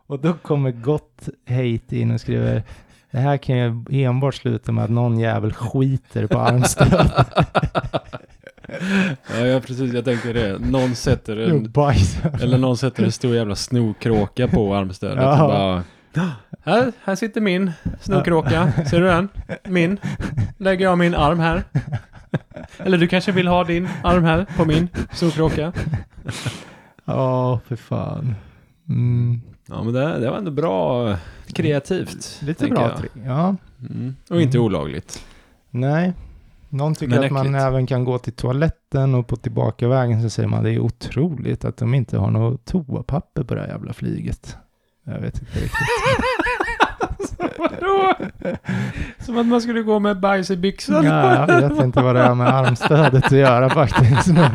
Speaker 1: Och då kommer gott hate in och skriver det här kan ju enbart sluta med att någon jävel skiter på armstödet
Speaker 2: Ja, ja, precis. Jag tänkte det. Någon sätter
Speaker 1: och
Speaker 2: en,
Speaker 1: bajsar.
Speaker 2: eller någon sätter en stor jävla snokråka på armstödet.
Speaker 1: Ja.
Speaker 2: Och bara, här, här sitter min snokråka. Ser du den? Min. Lägger jag min arm här. Eller du kanske vill ha din arm här på min snokråka.
Speaker 1: Ja, för fan. Mm.
Speaker 2: Ja, men det, det var ändå bra kreativt.
Speaker 1: Lite
Speaker 2: tänker
Speaker 1: bra
Speaker 2: jag.
Speaker 1: trick. Ja.
Speaker 2: Mm. Och inte
Speaker 1: Mm.
Speaker 2: olagligt.
Speaker 1: Nej. Någon tycker
Speaker 2: Men
Speaker 1: att man
Speaker 2: äckligt.
Speaker 1: även kan gå till toaletten och på tillbakavägen så säger man det är otroligt att de inte har något toapapper på det här jävla flyget. Jag vet inte riktigt.
Speaker 2: Vadå? Som att man skulle gå med bajs i byxan.
Speaker 1: Ja, jag vet inte vad det har med armstödet att göra faktiskt. Men,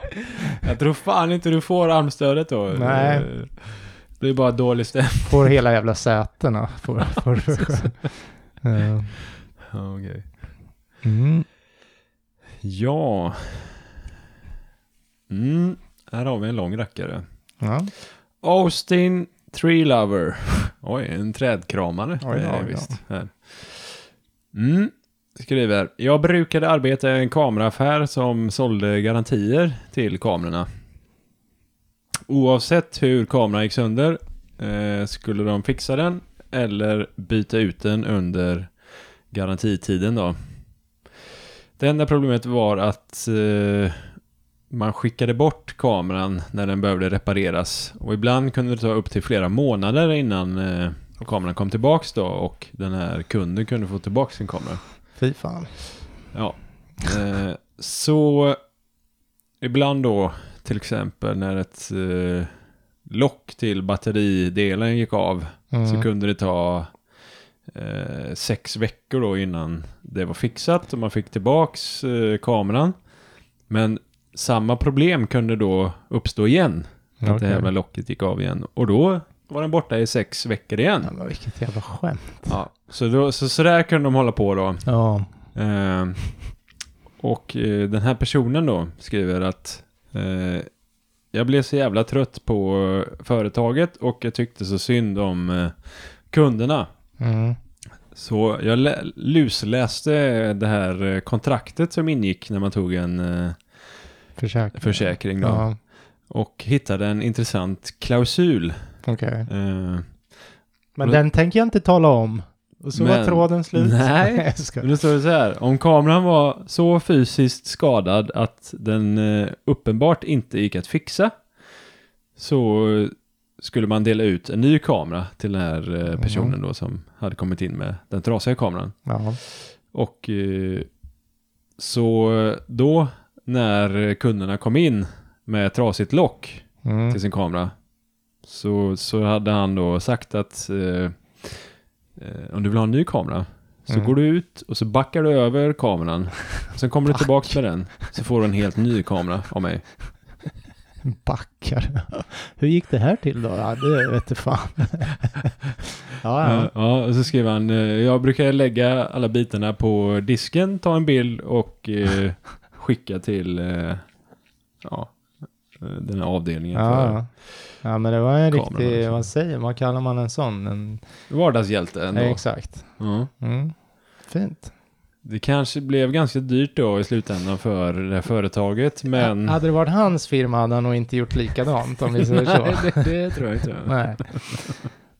Speaker 2: Jag tror fan inte du får armstödet då.
Speaker 1: Nej.
Speaker 2: Det är bara dålig stämning.
Speaker 1: får hela jävla sätena. Får, får, Ja. mm.
Speaker 2: Ja. Mm. Här har vi en lång rackare.
Speaker 1: ja.
Speaker 2: Austin Tree Lover. Oj, en trädkramare.
Speaker 1: Oj,
Speaker 2: det är
Speaker 1: oj,
Speaker 2: det
Speaker 1: oj.
Speaker 2: visst. Här. Mm. Skriver, jag brukade arbeta i en kameraaffär som sålde garantier till kamerorna. Oavsett hur kameran gick sönder eh, skulle de fixa den eller byta ut den under garantitiden då. Det enda problemet var att eh, man skickade bort kameran när den behövde repareras och ibland kunde det ta upp till flera månader innan eh, kameran kom tillbaks då och den här kunden kunde få tillbaks sin kamera.
Speaker 1: Fy fan.
Speaker 2: Ja. Eh, så ibland då, till exempel när ett eh, lock till batteridelen gick av
Speaker 1: Mm.
Speaker 2: så kunde det ta eh, sex veckor då innan det var fixat och man fick tillbaks eh, kameran. Men samma problem kunde då uppstå igen. Att
Speaker 1: Okej.
Speaker 2: det jävla locket gick av igen. Och då var den borta i sex veckor igen.
Speaker 1: Ja, men vilket jävla skämt.
Speaker 2: Ja. Så, då, så sådär kunde de hålla på då.
Speaker 1: Ja.
Speaker 2: Eh, och eh, den här personen då skriver att eh, jag blev så jävla trött på eh, företaget och jag tyckte så synd om eh, kunderna.
Speaker 1: Mm.
Speaker 2: Så jag lä- lusläste det här eh, kontraktet som ingick när man tog en eh,
Speaker 1: Försök.
Speaker 2: försäkring då.
Speaker 1: Ja,
Speaker 2: Och hittade en intressant klausul.
Speaker 1: okej.
Speaker 2: Eh,
Speaker 1: Men den tänker jag inte tala om. Och så var
Speaker 2: Men-
Speaker 1: tråden slut.
Speaker 2: Nej.
Speaker 1: jag skojar.
Speaker 2: Nu står det så här. Om kameran var så fysiskt skadad att den eh, uppenbart inte gick att fixa så eh, skulle man dela ut en ny kamera till den här eh, personen
Speaker 1: Mhm.
Speaker 2: då som hade kommit in med den trasiga kameran.
Speaker 1: Ja.
Speaker 2: Och eh, så då när kunderna kom in med trasigt lock
Speaker 1: Mm.
Speaker 2: till sin kamera Så, så hade han då sagt att eh, eh, om du vill ha en ny kamera så
Speaker 1: Mm.
Speaker 2: går du ut och så backar du över kameran. Sen kommer du tillbaks med den. Så får du en helt ny kamera av mig.
Speaker 1: Backar. Hur gick det här till då? Ja, det vete fan. ja, ja.
Speaker 2: Ja, ja, och så skrev han, eh, jag brukar lägga alla bitarna på disken, ta en bild och eh, skicka till eh, ja, eh, den här avdelningen
Speaker 1: Ja,
Speaker 2: för
Speaker 1: ja. ja, men det var en
Speaker 2: Kameran liksom.
Speaker 1: riktig,
Speaker 2: också.
Speaker 1: vad säger man, kallar man en sån? En,
Speaker 2: vardagshjälte ändå.
Speaker 1: nej, exakt.
Speaker 2: Ja.
Speaker 1: Mm. Fint.
Speaker 2: Det kanske blev ganska dyrt då i slutändan för det här företaget, men...
Speaker 1: Ja, Hade det varit hans firma hade han nog inte gjort likadant om vi säger så.
Speaker 2: Nej, det, det tror jag inte.
Speaker 1: Nej,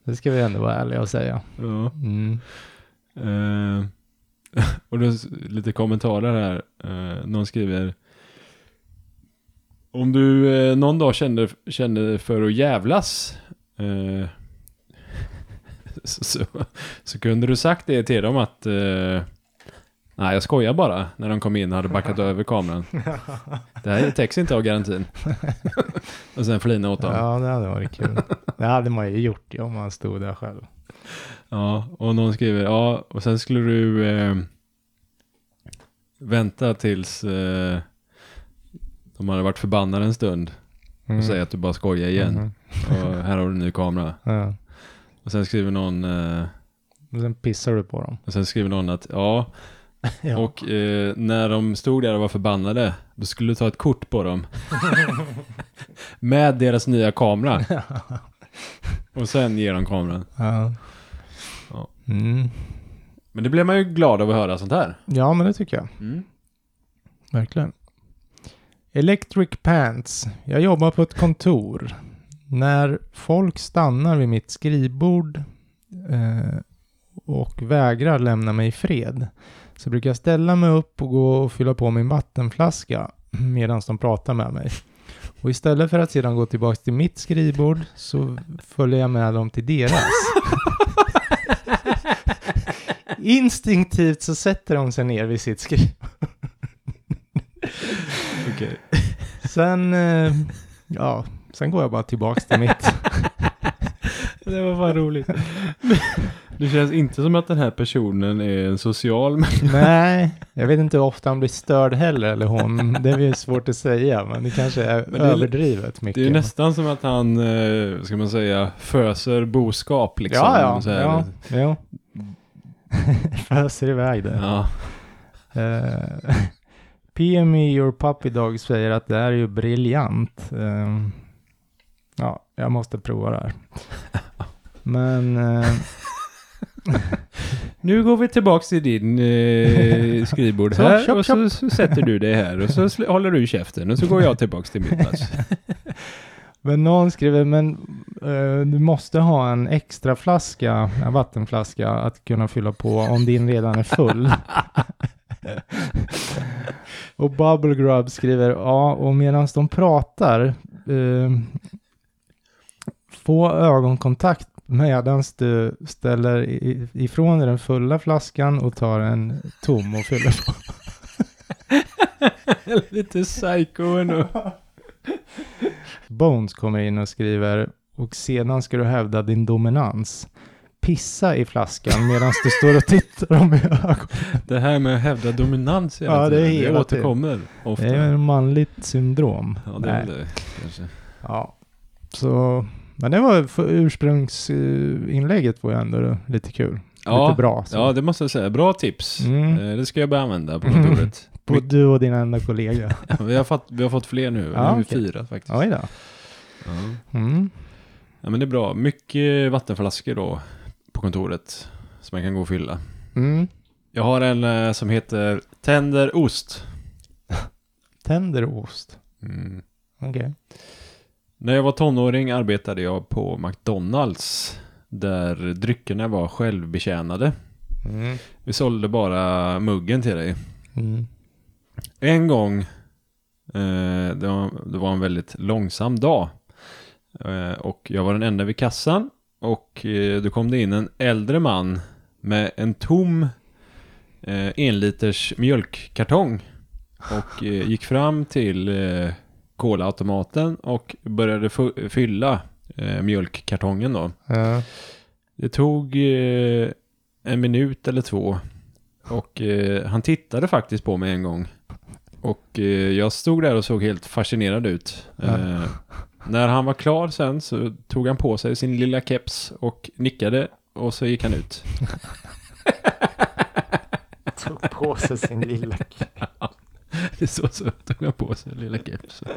Speaker 1: det ska vi ändå vara ärliga och säga.
Speaker 2: Ja.
Speaker 1: Mm.
Speaker 2: Eh, och då s- lite kommentarer här. Eh, någon skriver. Om du eh, någon dag kände, kände för att jävlas. Eh, så, så, så kunde du sagt det till dem att. Eh, Nej, jag skojar bara. När de kom in och hade backat över kameran. Det här täcks inte av garantin. och sen flina åt dem.
Speaker 1: Ja, det hade varit kul. Det hade man ju gjort ja, om man stod där själv.
Speaker 2: Ja, och någon skriver, ja, och sen skulle du eh, vänta tills eh, de hade varit förbannade en stund
Speaker 1: Mm.
Speaker 2: och säga att du bara skojar igen.
Speaker 1: Mhm.
Speaker 2: Och här har du en ny kamera.
Speaker 1: Ja.
Speaker 2: Och sen skriver någon, eh,
Speaker 1: Och sen pissar du på dem.
Speaker 2: och sen skriver någon att ja,
Speaker 1: Ja.
Speaker 2: och eh, när de stod där och var förbannade, då skulle du ta ett kort på dem. Med deras nya kamera. Och sen ger de kameran.
Speaker 1: Ja.
Speaker 2: Ja.
Speaker 1: Mm.
Speaker 2: Men det blir man ju glad av att höra sånt här.
Speaker 1: ja, men det tycker jag.
Speaker 2: Mm.
Speaker 1: Verkligen. Electric Pants. Jag jobbar på ett kontor. När folk stannar vid mitt skrivbord eh, och vägrar lämna mig i fred så brukar jag ställa mig upp och gå och fylla på min vattenflaska medan de pratar med mig. Och istället för att sedan gå tillbaka till mitt skrivbord så följer jag med dem till deras. Instinktivt så sätter de sig ner vid sitt skrivbord.
Speaker 2: Okej.
Speaker 1: Sen, eh, ja, sen går jag bara tillbaks till mitt.
Speaker 2: Det var fan roligt. Det känns inte som att den här personen är en social människa.
Speaker 1: Nej, jag vet inte hur ofta han blir störd heller, eller hon. Det är ju svårt att säga, men det kanske är
Speaker 2: Men det är-
Speaker 1: överdrivet mycket.
Speaker 2: Det är ju nästan som att han, eh, ska man säga, föser boskap liksom.
Speaker 1: Ja, ja,
Speaker 2: Så här.
Speaker 1: ja, jo. Föser iväg det.
Speaker 2: ja.
Speaker 1: Eh, PME Your Puppy Dog säger att det här är ju briljant. Eh, ja, jag måste prova det här. Men... eh,
Speaker 2: Nu går vi tillbaks till din eh, skrivbord
Speaker 1: Så,
Speaker 2: här
Speaker 1: chop,
Speaker 2: och så, så sätter du dig här och så sl- håller du käften och så går jag tillbaks till mitt plats.
Speaker 1: Men någon skriver, men eh, du måste ha en extra flaska, en vattenflaska att kunna fylla på om din redan är full. och Bubble Grub skriver, ja, och medan de pratar, eh, få ögonkontakt medan du ställer i- ifrån dig den fulla flaskan och tar en tom och fyller på.
Speaker 2: Lite psycho ändå.
Speaker 1: Bones kommer in och skriver och sedan ska du hävda din dominans. Pissa i flaskan medan du står och tittar dem i ögonen.
Speaker 2: Det här med att hävda dominans hela
Speaker 1: Ja, det är
Speaker 2: tiden,
Speaker 1: hela
Speaker 2: det
Speaker 1: tiden.
Speaker 2: återkommer ofta.
Speaker 1: Det är ju ett manligt syndrom.
Speaker 2: Ja, det är
Speaker 1: Nej.
Speaker 2: väl det kanske.
Speaker 1: Ja. Så, men det var för ursprungsinlägget var ju ändå lite kul.
Speaker 2: Ja,
Speaker 1: Lite bra. Så.
Speaker 2: ja, det måste jag säga. Bra tips.
Speaker 1: Mm.
Speaker 2: Eh, Det ska jag börja använda på kontoret.
Speaker 1: På du och din enda kollega.
Speaker 2: Ja, vi, har fått, vi har fått fler nu.
Speaker 1: Ja,
Speaker 2: nu är vi
Speaker 1: okej.
Speaker 2: fyra faktiskt.
Speaker 1: Oj då.
Speaker 2: Ja.
Speaker 1: Mm.
Speaker 2: Ja, men det är bra. Mycket vattenflaskor då på kontoret som man kan gå och fylla.
Speaker 1: Mm.
Speaker 2: Jag har en eh, som heter Tänder Ost.
Speaker 1: Tänder och ost.
Speaker 2: Mm.
Speaker 1: Okej.
Speaker 2: När jag var tonåring arbetade jag på McDonalds där dryckerna var självbetjänade.
Speaker 1: Mm.
Speaker 2: Vi sålde bara muggen till dig.
Speaker 1: Mm.
Speaker 2: En gång, eh, det, var, det var en väldigt långsam dag. Eh, och jag var den enda vid kassan. Och eh, då kom det in en äldre man med en tom eh, enliters mjölkkartong. Och eh, gick fram till eh, kolaautomaten och började fu- fylla eh, mjölkkartongen då.
Speaker 1: Ja.
Speaker 2: Det tog eh, en minut eller två. Och eh, han tittade faktiskt på mig en gång. Och eh, jag stod där och såg helt fascinerad ut. Eh, när han var klar sen så tog han på sig sin lilla keps och nickade och så gick han ut.
Speaker 3: Tog på sig sin lilla...
Speaker 2: Det så, så tog han på sig den lilla kepsen.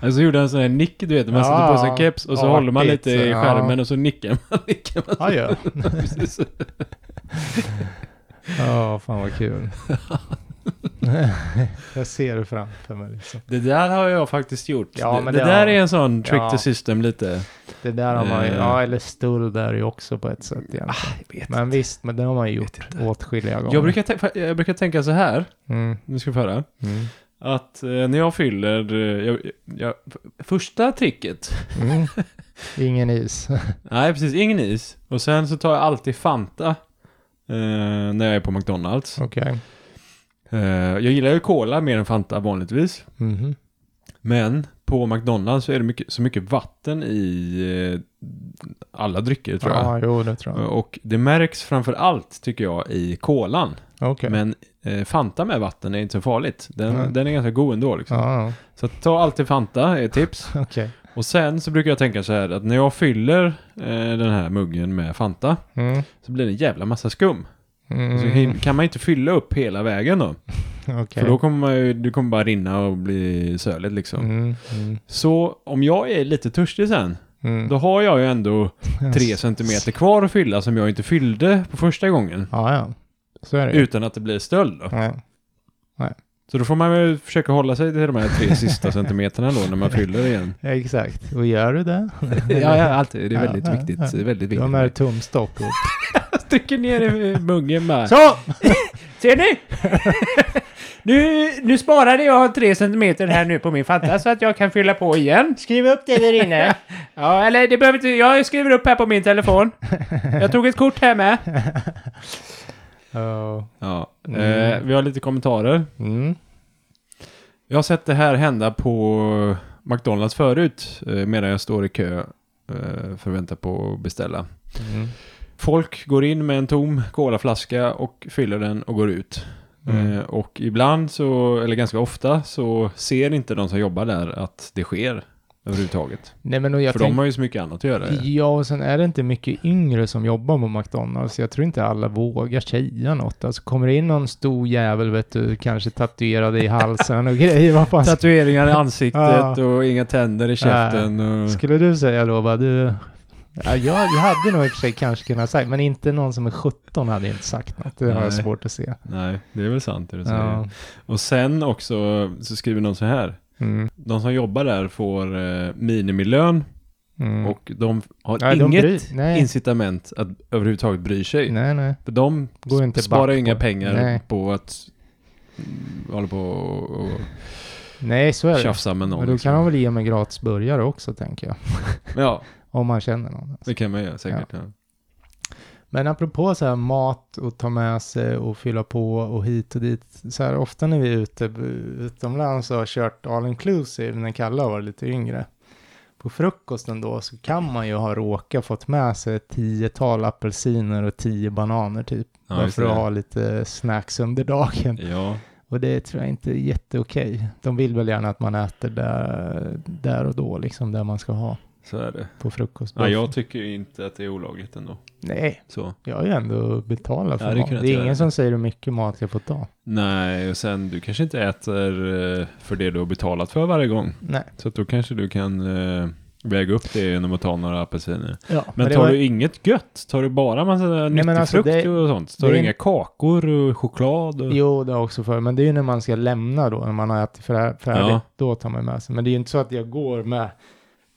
Speaker 2: Och så gjorde han en sån här nick, du vet, man sätter på sig en keps och så
Speaker 1: Ja,
Speaker 2: håller man
Speaker 1: artigt,
Speaker 2: lite i
Speaker 1: ja.
Speaker 2: skärmen och så nickar man. Nickar man
Speaker 1: Ah, ja.
Speaker 2: Precis.
Speaker 1: Ja, fan vad kul. jag ser det framför mig. Liksom.
Speaker 2: Det där har jag faktiskt gjort.
Speaker 1: Ja,
Speaker 2: det
Speaker 1: men
Speaker 2: det
Speaker 1: det
Speaker 2: där
Speaker 1: har-
Speaker 2: är en sån trick
Speaker 1: Ja.
Speaker 2: to system lite.
Speaker 1: Det där har man ju,
Speaker 2: Eh.
Speaker 1: ja eller stöld där ju också på ett sätt egentligen.
Speaker 2: Ah,
Speaker 1: Men visst, men det har man ju gjort åtskilliga gånger.
Speaker 2: Jag brukar, tän- jag brukar tänka så här,
Speaker 1: Mm,
Speaker 2: nu ska du få höra.
Speaker 1: mm,
Speaker 2: Att eh, när jag fyller, eh, jag, jag, första tricket,
Speaker 1: mm. Ingen is.
Speaker 2: nej precis, ingen is. Och sen så tar jag alltid Fanta eh, när jag är på McDonalds.
Speaker 1: Okej.
Speaker 2: Eh, jag gillar ju Cola mer än Fanta vanligtvis.
Speaker 1: Mhm.
Speaker 2: Men på McDonalds så är det mycket, så mycket vatten i eh, alla drycker tror jag.
Speaker 1: Ja, jo det tror jag.
Speaker 2: Och det märks framför allt tycker jag i kolan.
Speaker 1: Okej.
Speaker 2: Men eh, Fanta med vatten är inte så farligt. Den,
Speaker 1: Nej.
Speaker 2: den är ganska god ändå. Liksom.
Speaker 1: Ja,
Speaker 2: Så att ta alltid Fanta är ett tips.
Speaker 1: ja, okej.
Speaker 2: Och sen så brukar jag tänka så här att när jag fyller eh, den här muggen med Fanta
Speaker 1: Mm.
Speaker 2: så blir det en jävla massa skum.
Speaker 1: Mm.
Speaker 2: Så hin- kan man inte fylla upp hela vägen då.
Speaker 1: Okej.
Speaker 2: För då kommer man ju, du kommer bara rinna och bli söligt liksom.
Speaker 1: Mm, mm,
Speaker 2: Så om jag är lite törstig sen,
Speaker 1: mm.
Speaker 2: då har jag ju ändå tre
Speaker 1: Yes.
Speaker 2: centimeter kvar att fylla som jag inte fyllde på första gången.
Speaker 1: Ja, ja. Så är det ju.
Speaker 2: Utan att det blir stöld då.
Speaker 1: Ja.
Speaker 2: Så då får man väl försöka hålla sig till de här tre sista centimeterna då när man fyller igen.
Speaker 1: Ja, exakt. Och gör du det?
Speaker 2: Ja, ja, alltid. Det är
Speaker 1: Ja,
Speaker 2: väldigt
Speaker 1: ja,
Speaker 2: viktigt.
Speaker 1: ja.
Speaker 2: Det är väldigt
Speaker 1: De är
Speaker 2: viktigt.
Speaker 1: tumstock. och-
Speaker 2: Jag trycker ner i muggen bara.
Speaker 1: Så!
Speaker 2: Ser ni? nu, nu sparade jag tre centimeter här nu på min fatta så att jag kan fylla på igen.
Speaker 3: Skriv upp det där inne.
Speaker 2: Ja, eller det behöver inte... Jag skriver upp här på min telefon. Jag tog ett kort här med.
Speaker 1: Ja.
Speaker 2: Ja,
Speaker 1: Mm.
Speaker 2: eh, vi har lite kommentarer.
Speaker 1: Mm.
Speaker 2: Jag har sett det här hända på McDonalds förut eh, medan jag står i kö eh, för att vänta på att beställa. Eh,
Speaker 1: Mm.
Speaker 2: Folk går in med en tom colaflaska och fyller den och går ut.
Speaker 1: Mm.
Speaker 2: Eh, och ibland så, eller ganska ofta, så ser inte de som jobbar där att det sker överhuvudtaget.
Speaker 1: Nej, men och jag
Speaker 2: för
Speaker 1: tänker...
Speaker 2: de har ju så mycket annat att göra.
Speaker 1: Ja, och sen är det inte mycket yngre som jobbar på McDonalds. Jag tror inte alla vågar säga något. Alltså kommer det in någon stor jävel, vet du, kanske tatuerad i halsen och grejer. Vad fan
Speaker 2: Tatueringar i ansiktet
Speaker 1: Alltså- Ja.
Speaker 2: och inga tänder i käften. Och...
Speaker 1: skulle du säga då? Bara, du... Ja, jag, jag hade nog i och för sig kanske kunnat säga, men inte någon som är 17 hade inte sagt något. Det har jag
Speaker 2: Nej.
Speaker 1: svårt att se.
Speaker 2: Nej, det är väl sant det du säger.
Speaker 1: Ja.
Speaker 2: Och sen också så skriver någon så här.
Speaker 1: Mm.
Speaker 2: De som jobbar där får eh, minimilön
Speaker 1: Mm.
Speaker 2: och de har
Speaker 1: Nej, de
Speaker 2: inget
Speaker 1: bryr- nej.
Speaker 2: incitament att överhuvudtaget bry sig.
Speaker 1: Nej, nej.
Speaker 2: För de
Speaker 1: Går inte
Speaker 2: sparar
Speaker 1: back
Speaker 2: ju inga
Speaker 1: på-
Speaker 2: pengar
Speaker 1: Nej.
Speaker 2: på att mm, hålla på och, och
Speaker 1: Nej, så är det.
Speaker 2: tjafsa med någon.
Speaker 1: Men då
Speaker 2: liksom.
Speaker 1: kan han väl ge mig gratis burgare också, tänker jag.
Speaker 2: Ja,
Speaker 1: Om man känner någon.
Speaker 2: det kan man göra säkert. Ja.
Speaker 1: Men apropå så här mat och ta med sig och fylla på och hit och dit. Så här ofta när vi är ute utomlands och har kört all inclusive när Kalle var lite yngre. På frukosten då så kan man ju ha råkat fått med sig ett tiotal apelsiner och tio bananer typ.
Speaker 2: Ja,
Speaker 1: bara
Speaker 2: just
Speaker 1: för att
Speaker 2: det.
Speaker 1: ha lite snacks under dagen.
Speaker 2: Ja.
Speaker 1: Och det tror jag inte är jätteokej. De vill väl gärna att man äter där, där och då liksom, där man ska ha
Speaker 2: så är det.
Speaker 1: på frukost.
Speaker 2: Ja, jag tycker ju inte att det är olagligt ändå.
Speaker 1: Nej,
Speaker 2: Så.
Speaker 1: jag har ju ändå betalat för
Speaker 2: Jag hade
Speaker 1: mat. Det
Speaker 2: kunnat
Speaker 1: är
Speaker 2: göra
Speaker 1: ingen
Speaker 2: det.
Speaker 1: som säger hur mycket mat jag får ta.
Speaker 2: Nej, och sen du kanske inte äter eh, för det du har betalat för varje gång.
Speaker 1: Nej.
Speaker 2: Så att då kanske du kan eh, väga upp det genom att ta några apelsiner.
Speaker 1: Ja,
Speaker 2: Men,
Speaker 1: det
Speaker 2: tar
Speaker 1: var-
Speaker 2: du inget gött? Tar du bara massa nyttig
Speaker 1: men alltså,
Speaker 2: frukt
Speaker 1: det-
Speaker 2: och sånt? Tar
Speaker 1: det
Speaker 2: du
Speaker 1: är-
Speaker 2: inga kakor och choklad? Och...
Speaker 1: Jo, det har jag också för Men det är ju när man ska lämna då, när man har ätit frä- färdigt.
Speaker 2: Ja.
Speaker 1: Då tar man med sig. Men det är ju inte så att jag går med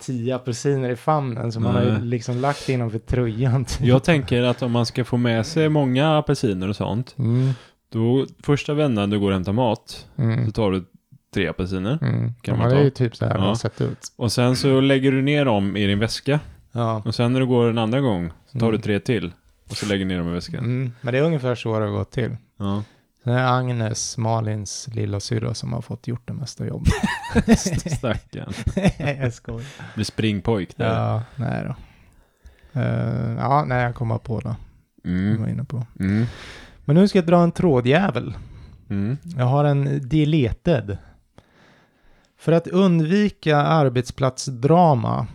Speaker 1: tio apelsiner i famnen. Så man har
Speaker 2: Nej.
Speaker 1: ju liksom lagt innanför tröjan. typ.
Speaker 2: Jag tänker att om man ska få med sig många apelsiner och sånt,
Speaker 1: Mm,
Speaker 2: då första vändan du går och hämtar mat, så
Speaker 1: mm,
Speaker 2: tar du tre apelsiner.
Speaker 1: mm.
Speaker 2: Kan
Speaker 1: Kan
Speaker 2: man
Speaker 1: man
Speaker 2: ta?
Speaker 1: det är ju typ så här
Speaker 2: Ja.
Speaker 1: man har sett ut.
Speaker 2: Och sen så lägger du ner dem i din väska.
Speaker 1: Ja.
Speaker 2: Och sen när du går en andra gång, så tar
Speaker 1: Mm.
Speaker 2: du tre till. Och så lägger du ner dem i väskan.
Speaker 1: Mm. Men det är ungefär så det har gått till.
Speaker 2: Ja.
Speaker 1: Sen är det Agnes, Malins lilla syrra som har fått gjort det mesta jobbet.
Speaker 2: Stackarn.
Speaker 1: jag skojar.
Speaker 2: Blir springpojk där.
Speaker 1: Ja, nej då. Eh, ja, nej, jag kom bara på det. Jag var
Speaker 2: Mm.
Speaker 1: inne på.
Speaker 2: Mm.
Speaker 1: Men nu ska jag dra en trådjävel.
Speaker 2: Mm.
Speaker 1: Jag har en deleted. För att undvika arbetsplatsdrama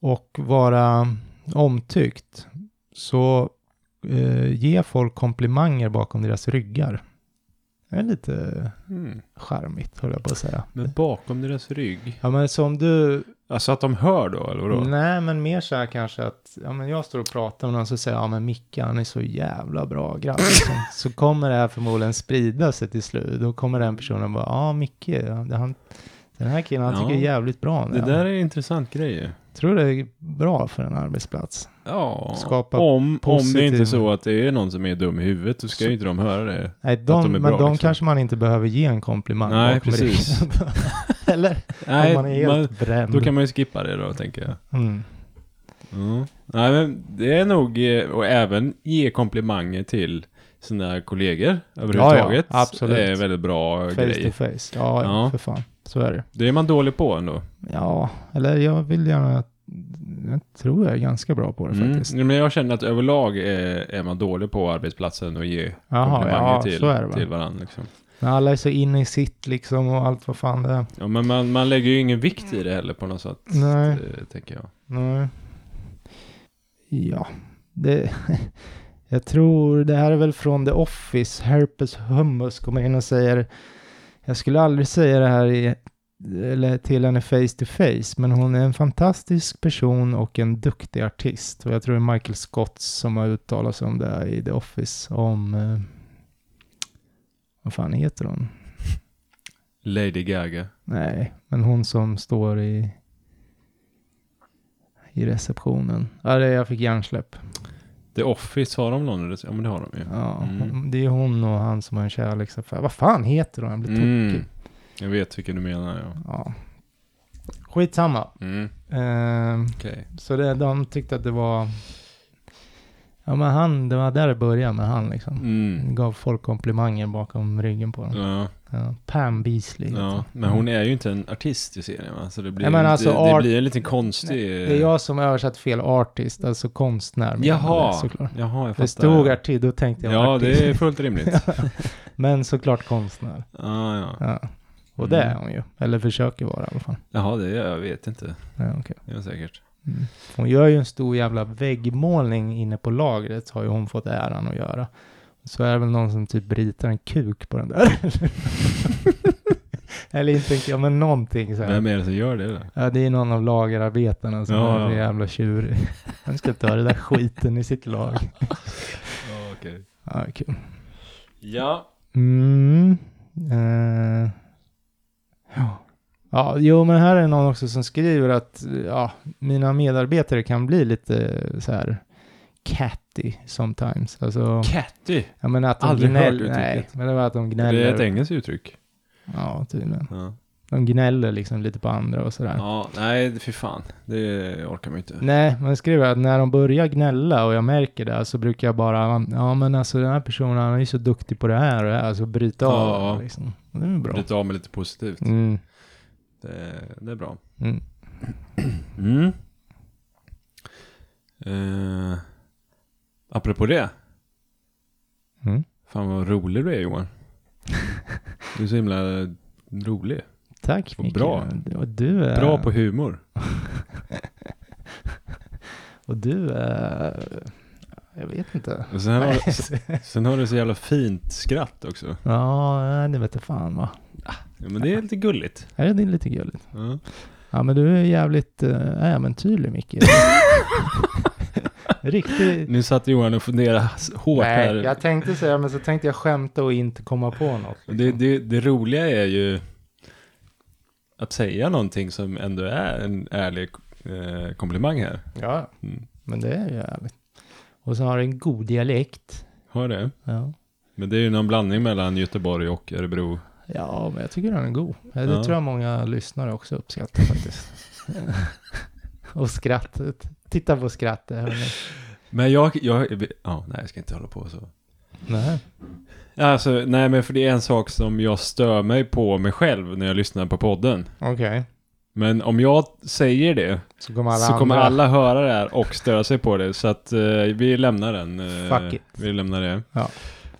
Speaker 1: och vara omtyckt så eh, ge folk komplimanger bakom deras ryggar. Det är lite
Speaker 2: Mm.
Speaker 1: charmigt, höll jag på att säga.
Speaker 2: Men bakom deras rygg?
Speaker 1: Ja, men som du...
Speaker 2: Alltså att de hör då, eller vadå?
Speaker 1: Nej, men mer så här kanske att ja, men jag står och pratar med någon så säger jag, ja men Micke han är så jävla bra grabb. liksom. så kommer det här förmodligen sprida sig till slut. Då kommer den personen bara, ja Micke, han, han- den här killen han
Speaker 2: Ja.
Speaker 1: tycker är jävligt bra. om
Speaker 2: Det
Speaker 1: det."
Speaker 2: där är intressant grejer.
Speaker 1: Tror det är bra för en arbetsplats.
Speaker 2: Ja,
Speaker 1: Skapa
Speaker 2: om, om det
Speaker 1: positiv-
Speaker 2: inte är så att det är någon som är dum i huvudet, då ska
Speaker 1: Så-
Speaker 2: ju inte de höra det.
Speaker 1: Nej,
Speaker 2: Att
Speaker 1: de,
Speaker 2: de är
Speaker 1: men
Speaker 2: bra,
Speaker 1: de
Speaker 2: liksom.
Speaker 1: kanske man inte behöver ge en komplimang.
Speaker 2: Nej,
Speaker 1: bakom
Speaker 2: precis.
Speaker 1: ryggen. Eller
Speaker 2: Nej,
Speaker 1: om man är helt Mm.
Speaker 2: man,
Speaker 1: bränd.
Speaker 2: då kan man ju skippa det då, tänker jag.
Speaker 1: mm.
Speaker 2: Mm. Nej, men det är nog, eh, och även ge komplimanger till sina kollegor överhuvudtaget.
Speaker 1: ja, absolut.
Speaker 2: Det är en väldigt bra
Speaker 1: Face to
Speaker 2: grej.
Speaker 1: face. Ja,
Speaker 2: Ja.
Speaker 1: ja, för fan. Så är det.
Speaker 2: Det är man dålig på ändå.
Speaker 1: Ja, eller jag vill gärna... Jag tror jag är ganska bra på det
Speaker 2: Mm.
Speaker 1: faktiskt.
Speaker 2: Men jag känner att överlag är, är man dålig på arbetsplatsen och ge
Speaker 1: Jaha,
Speaker 2: komplimanger
Speaker 1: ja, så är det
Speaker 2: till,
Speaker 1: va.
Speaker 2: till varandra. Liksom.
Speaker 1: När alla är så inne i sitt liksom och allt vad fan det är.
Speaker 2: Ja, men man, man lägger ju ingen vikt i det heller på något sätt,
Speaker 1: Nej.
Speaker 2: eh, tänker jag.
Speaker 1: Nej. Ja, det... Jag tror det här är väl från The Office. Herpes Hummus kommer in och säger... Jag skulle aldrig säga det här i, eller till henne face to face, men hon är en fantastisk person och en duktig artist. Och jag tror det är Michael Scott som har uttalat sig om det här i The Office, om... Eh, vad fan heter hon?
Speaker 2: Lady Gaga.
Speaker 1: Nej, men hon som står i, i receptionen. Ja, det, jag fick hjärnsläpp.
Speaker 2: The Office, har de någon? Ja, men det har de ju.
Speaker 1: Ja,
Speaker 2: Mm.
Speaker 1: hon- Det är hon och han som har en kärleksaffär. Vad fan heter hon? Jag blir
Speaker 2: Mm.
Speaker 1: tokig.
Speaker 2: Jag vet vilken du menar, ja.
Speaker 1: Ja. Skitsamma.
Speaker 2: Mm.
Speaker 1: Ehm,
Speaker 2: Okej.
Speaker 1: så det, de tyckte att det var... Ja, men han, det var där det började med han liksom.
Speaker 2: Mm.
Speaker 1: Gav folk komplimanger bakom ryggen på dem.
Speaker 2: Ja,
Speaker 1: Ja. Pam Beasley. heter
Speaker 2: ja.
Speaker 1: hon.
Speaker 2: Men hon är ju inte en artist i serien, va? Så det blir,
Speaker 1: Nej, men
Speaker 2: inte,
Speaker 1: alltså,
Speaker 2: det,
Speaker 1: art-
Speaker 2: blir en liten konstig...
Speaker 1: Det är jag som har översatt fel artist, alltså konstnär. menar jag
Speaker 2: Jaha,
Speaker 1: såklart.
Speaker 2: jaha, jag fattar.
Speaker 1: Det stod artist, då tänkte jag
Speaker 2: Ja,
Speaker 1: artist.
Speaker 2: det är fullt rimligt.
Speaker 1: Men såklart konstnär.
Speaker 2: ah, ja.
Speaker 1: Ja. Och det är
Speaker 2: Mm.
Speaker 1: hon ju. Eller försöker vara i alla fall.
Speaker 2: Jaha, det är jag vet inte.
Speaker 1: Ja, okej.
Speaker 2: Det är säkert.
Speaker 1: mm. Hon gör ju en stor jävla väggmålning inne på lagret. Har ju hon fått äran att göra. Så är det väl någon som typ ritar en kuk på den där. Eller inte en kuk, ja, men någonting så här.
Speaker 2: Vem är det som gör det då?
Speaker 1: Ja, det är någon av lagerarbetarna som
Speaker 2: Ja,
Speaker 1: är så
Speaker 2: ja.
Speaker 1: jävla tjurig. Han ska ta den där skiten i sitt lag.
Speaker 2: Ja, okej.
Speaker 1: Ja, kul.
Speaker 2: Ja.
Speaker 1: Mm. Eh. ja. ja, jo, men här är någon också som skriver att ja, mina medarbetare kan bli lite så här catty sometimes. Alltså,
Speaker 2: Catty.
Speaker 1: ja, men att de
Speaker 2: Aldrig hört
Speaker 1: gnäller.
Speaker 2: uttrycket.
Speaker 1: Nej, men det var att de
Speaker 2: Det är ett
Speaker 1: gnäller.
Speaker 2: engelskt uttryck.
Speaker 1: Ja, tydligen.
Speaker 2: Ja.
Speaker 1: De gnäller liksom lite på andra och sådär.
Speaker 2: ja, nej, fy fan. Det orkar man ju inte.
Speaker 1: Nej, man skriver att när de börjar gnälla och jag märker det så brukar jag bara, ja men alltså den här personen han är ju så duktig på det här och det här, så bryta
Speaker 2: Ja.
Speaker 1: av liksom. Och Det är väl bra.
Speaker 2: Bryta av med lite positivt.
Speaker 1: Mm.
Speaker 2: Det, det är bra.
Speaker 1: Mm.
Speaker 2: Mm. Eh, apropå det.
Speaker 1: Mm.
Speaker 2: Fan vad rolig du är Johan. Du är så himla rolig.
Speaker 1: Tack
Speaker 2: Och
Speaker 1: Micke.
Speaker 2: bra.
Speaker 1: Och du är...
Speaker 2: Bra på humor.
Speaker 1: Och du är... Jag vet inte.
Speaker 2: Och sen, har, sen har du så jävla fint skratt också.
Speaker 1: ja, nej, det vet jag fan va.
Speaker 2: Ja, men det är lite gulligt.
Speaker 1: Är det är lite gulligt?
Speaker 2: Ja.
Speaker 1: Ja, men du är jävligt eh, äventyrlig Micke. Riktigt...
Speaker 2: Nu satt Johan och funderade s- hårt här.
Speaker 1: Nej, jag tänkte säga, men så tänkte jag skämta och inte komma på något. liksom.
Speaker 2: Det, det, det roliga är ju att säga någonting som ändå är en ärlig eh, komplimang här.
Speaker 1: Ja,
Speaker 2: Mm.
Speaker 1: men det är ju ärligt. Och så har du en god dialekt.
Speaker 2: Har det?
Speaker 1: Ja.
Speaker 2: Men det är ju någon blandning mellan Göteborg och Örebro.
Speaker 1: ja, men jag tycker den är god. Det
Speaker 2: Ja.
Speaker 1: tror jag många lyssnare också uppskattar faktiskt. och skrattet. Titta på skrattet. hörni.
Speaker 2: Men jag, jag, ja, nej jag ska inte hålla på så.
Speaker 1: Nej.
Speaker 2: Alltså, nej men för det är en sak som jag stör mig på mig själv när jag lyssnar på podden.
Speaker 1: Okej.
Speaker 2: Men om jag säger det
Speaker 1: Så kommer alla
Speaker 2: så kommer
Speaker 1: andra.
Speaker 2: alla höra det här och störa sig på det. Så att eh, vi lämnar den. eh,
Speaker 1: Fuck it.
Speaker 2: Vi lämnar det.
Speaker 1: Ja.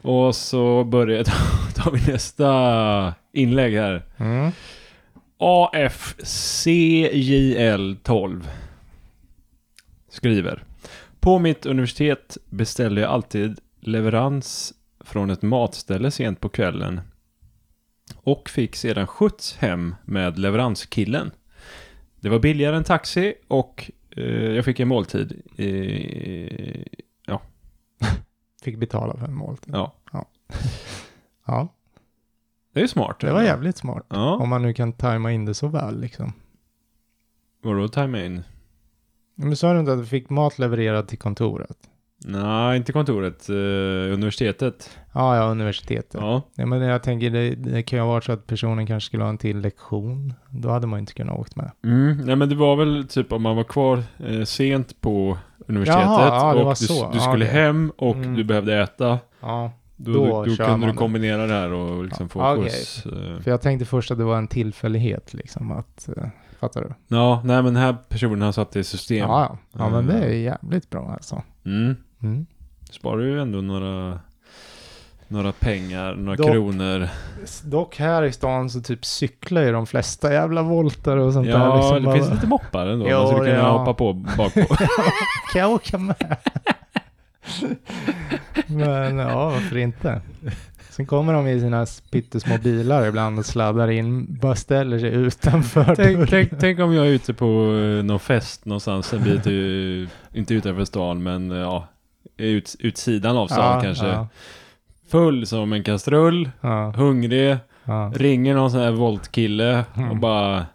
Speaker 2: Och så börjar tar vi nästa inlägg här.
Speaker 1: Mm.
Speaker 2: AFCJL12 skriver. På mitt universitet beställde jag alltid leverans från ett matställe sent på kvällen och fick sedan skjuts hem med leveranskillen. Det var billigare än taxi och eh, jag fick en måltid. Eh,
Speaker 1: Fick betala för en måltid.
Speaker 2: ja,
Speaker 1: Ja,
Speaker 2: det är smart.
Speaker 1: det var jävligt smart.
Speaker 2: Ja,
Speaker 1: Om man nu kan tajma in det så väl liksom.
Speaker 2: vadå tajma in?
Speaker 1: Men sa du inte att du fick mat levererad till kontoret?
Speaker 2: Nej, inte kontoret. Eh, universitetet.
Speaker 1: Ja, ja, universitetet. Ja.
Speaker 2: Ja.
Speaker 1: men jag tänker det, det kan ju ha varit så att personen kanske skulle ha en till lektion. Då hade man ju inte kunnat åkt med.
Speaker 2: Mm, nej men det var väl typ om man var kvar eh, sent på universitetet
Speaker 1: Jaha, ja, det
Speaker 2: och
Speaker 1: var
Speaker 2: du,
Speaker 1: så.
Speaker 2: du
Speaker 1: Ja,
Speaker 2: skulle
Speaker 1: okej.
Speaker 2: hem och
Speaker 1: Mm.
Speaker 2: du behövde äta.
Speaker 1: Ja,
Speaker 2: Då,
Speaker 1: Då
Speaker 2: då,
Speaker 1: kör
Speaker 2: kunde
Speaker 1: man
Speaker 2: du
Speaker 1: det.
Speaker 2: kombinera det här och liksom få
Speaker 1: Ja, okej.
Speaker 2: skjuts. eh.
Speaker 1: för jag tänkte först att det var en tillfällighet liksom att, eh, fattar du?
Speaker 2: Ja, nej men den här personen har satt det i system.
Speaker 1: Ja, ja. ja men
Speaker 2: Eh.
Speaker 1: det är jävligt bra alltså.
Speaker 2: Mm.
Speaker 1: Mm.
Speaker 2: Sparar ju ändå några, några pengar, några
Speaker 1: Dock.
Speaker 2: kronor.
Speaker 1: Dock här i stan så typ cyklar ju de flesta jävla volter och sånt där.
Speaker 2: ja,
Speaker 1: Liksom
Speaker 2: det
Speaker 1: bara,
Speaker 2: finns lite moppar ändå.
Speaker 1: Jo,
Speaker 2: man skulle kunna
Speaker 1: ja.
Speaker 2: hoppa på bakpå.
Speaker 1: Kan jag åka med? Men ja, varför inte? Sen kommer de i sina pyttesmå bilar ibland och sladdar in, bara ställer sig utanför dörren.
Speaker 2: tänk, tänk, tänk om jag är ute på eh, någon fest någonstans en bit, eh, inte utanför stan men eh, ja, ut, utsidan av stan
Speaker 1: Ja,
Speaker 2: kanske.
Speaker 1: Ja,
Speaker 2: Full som en kastrull,
Speaker 1: ja,
Speaker 2: hungrig,
Speaker 1: ja.
Speaker 2: ringer någon sån här voltkille och
Speaker 1: Mm.
Speaker 2: bara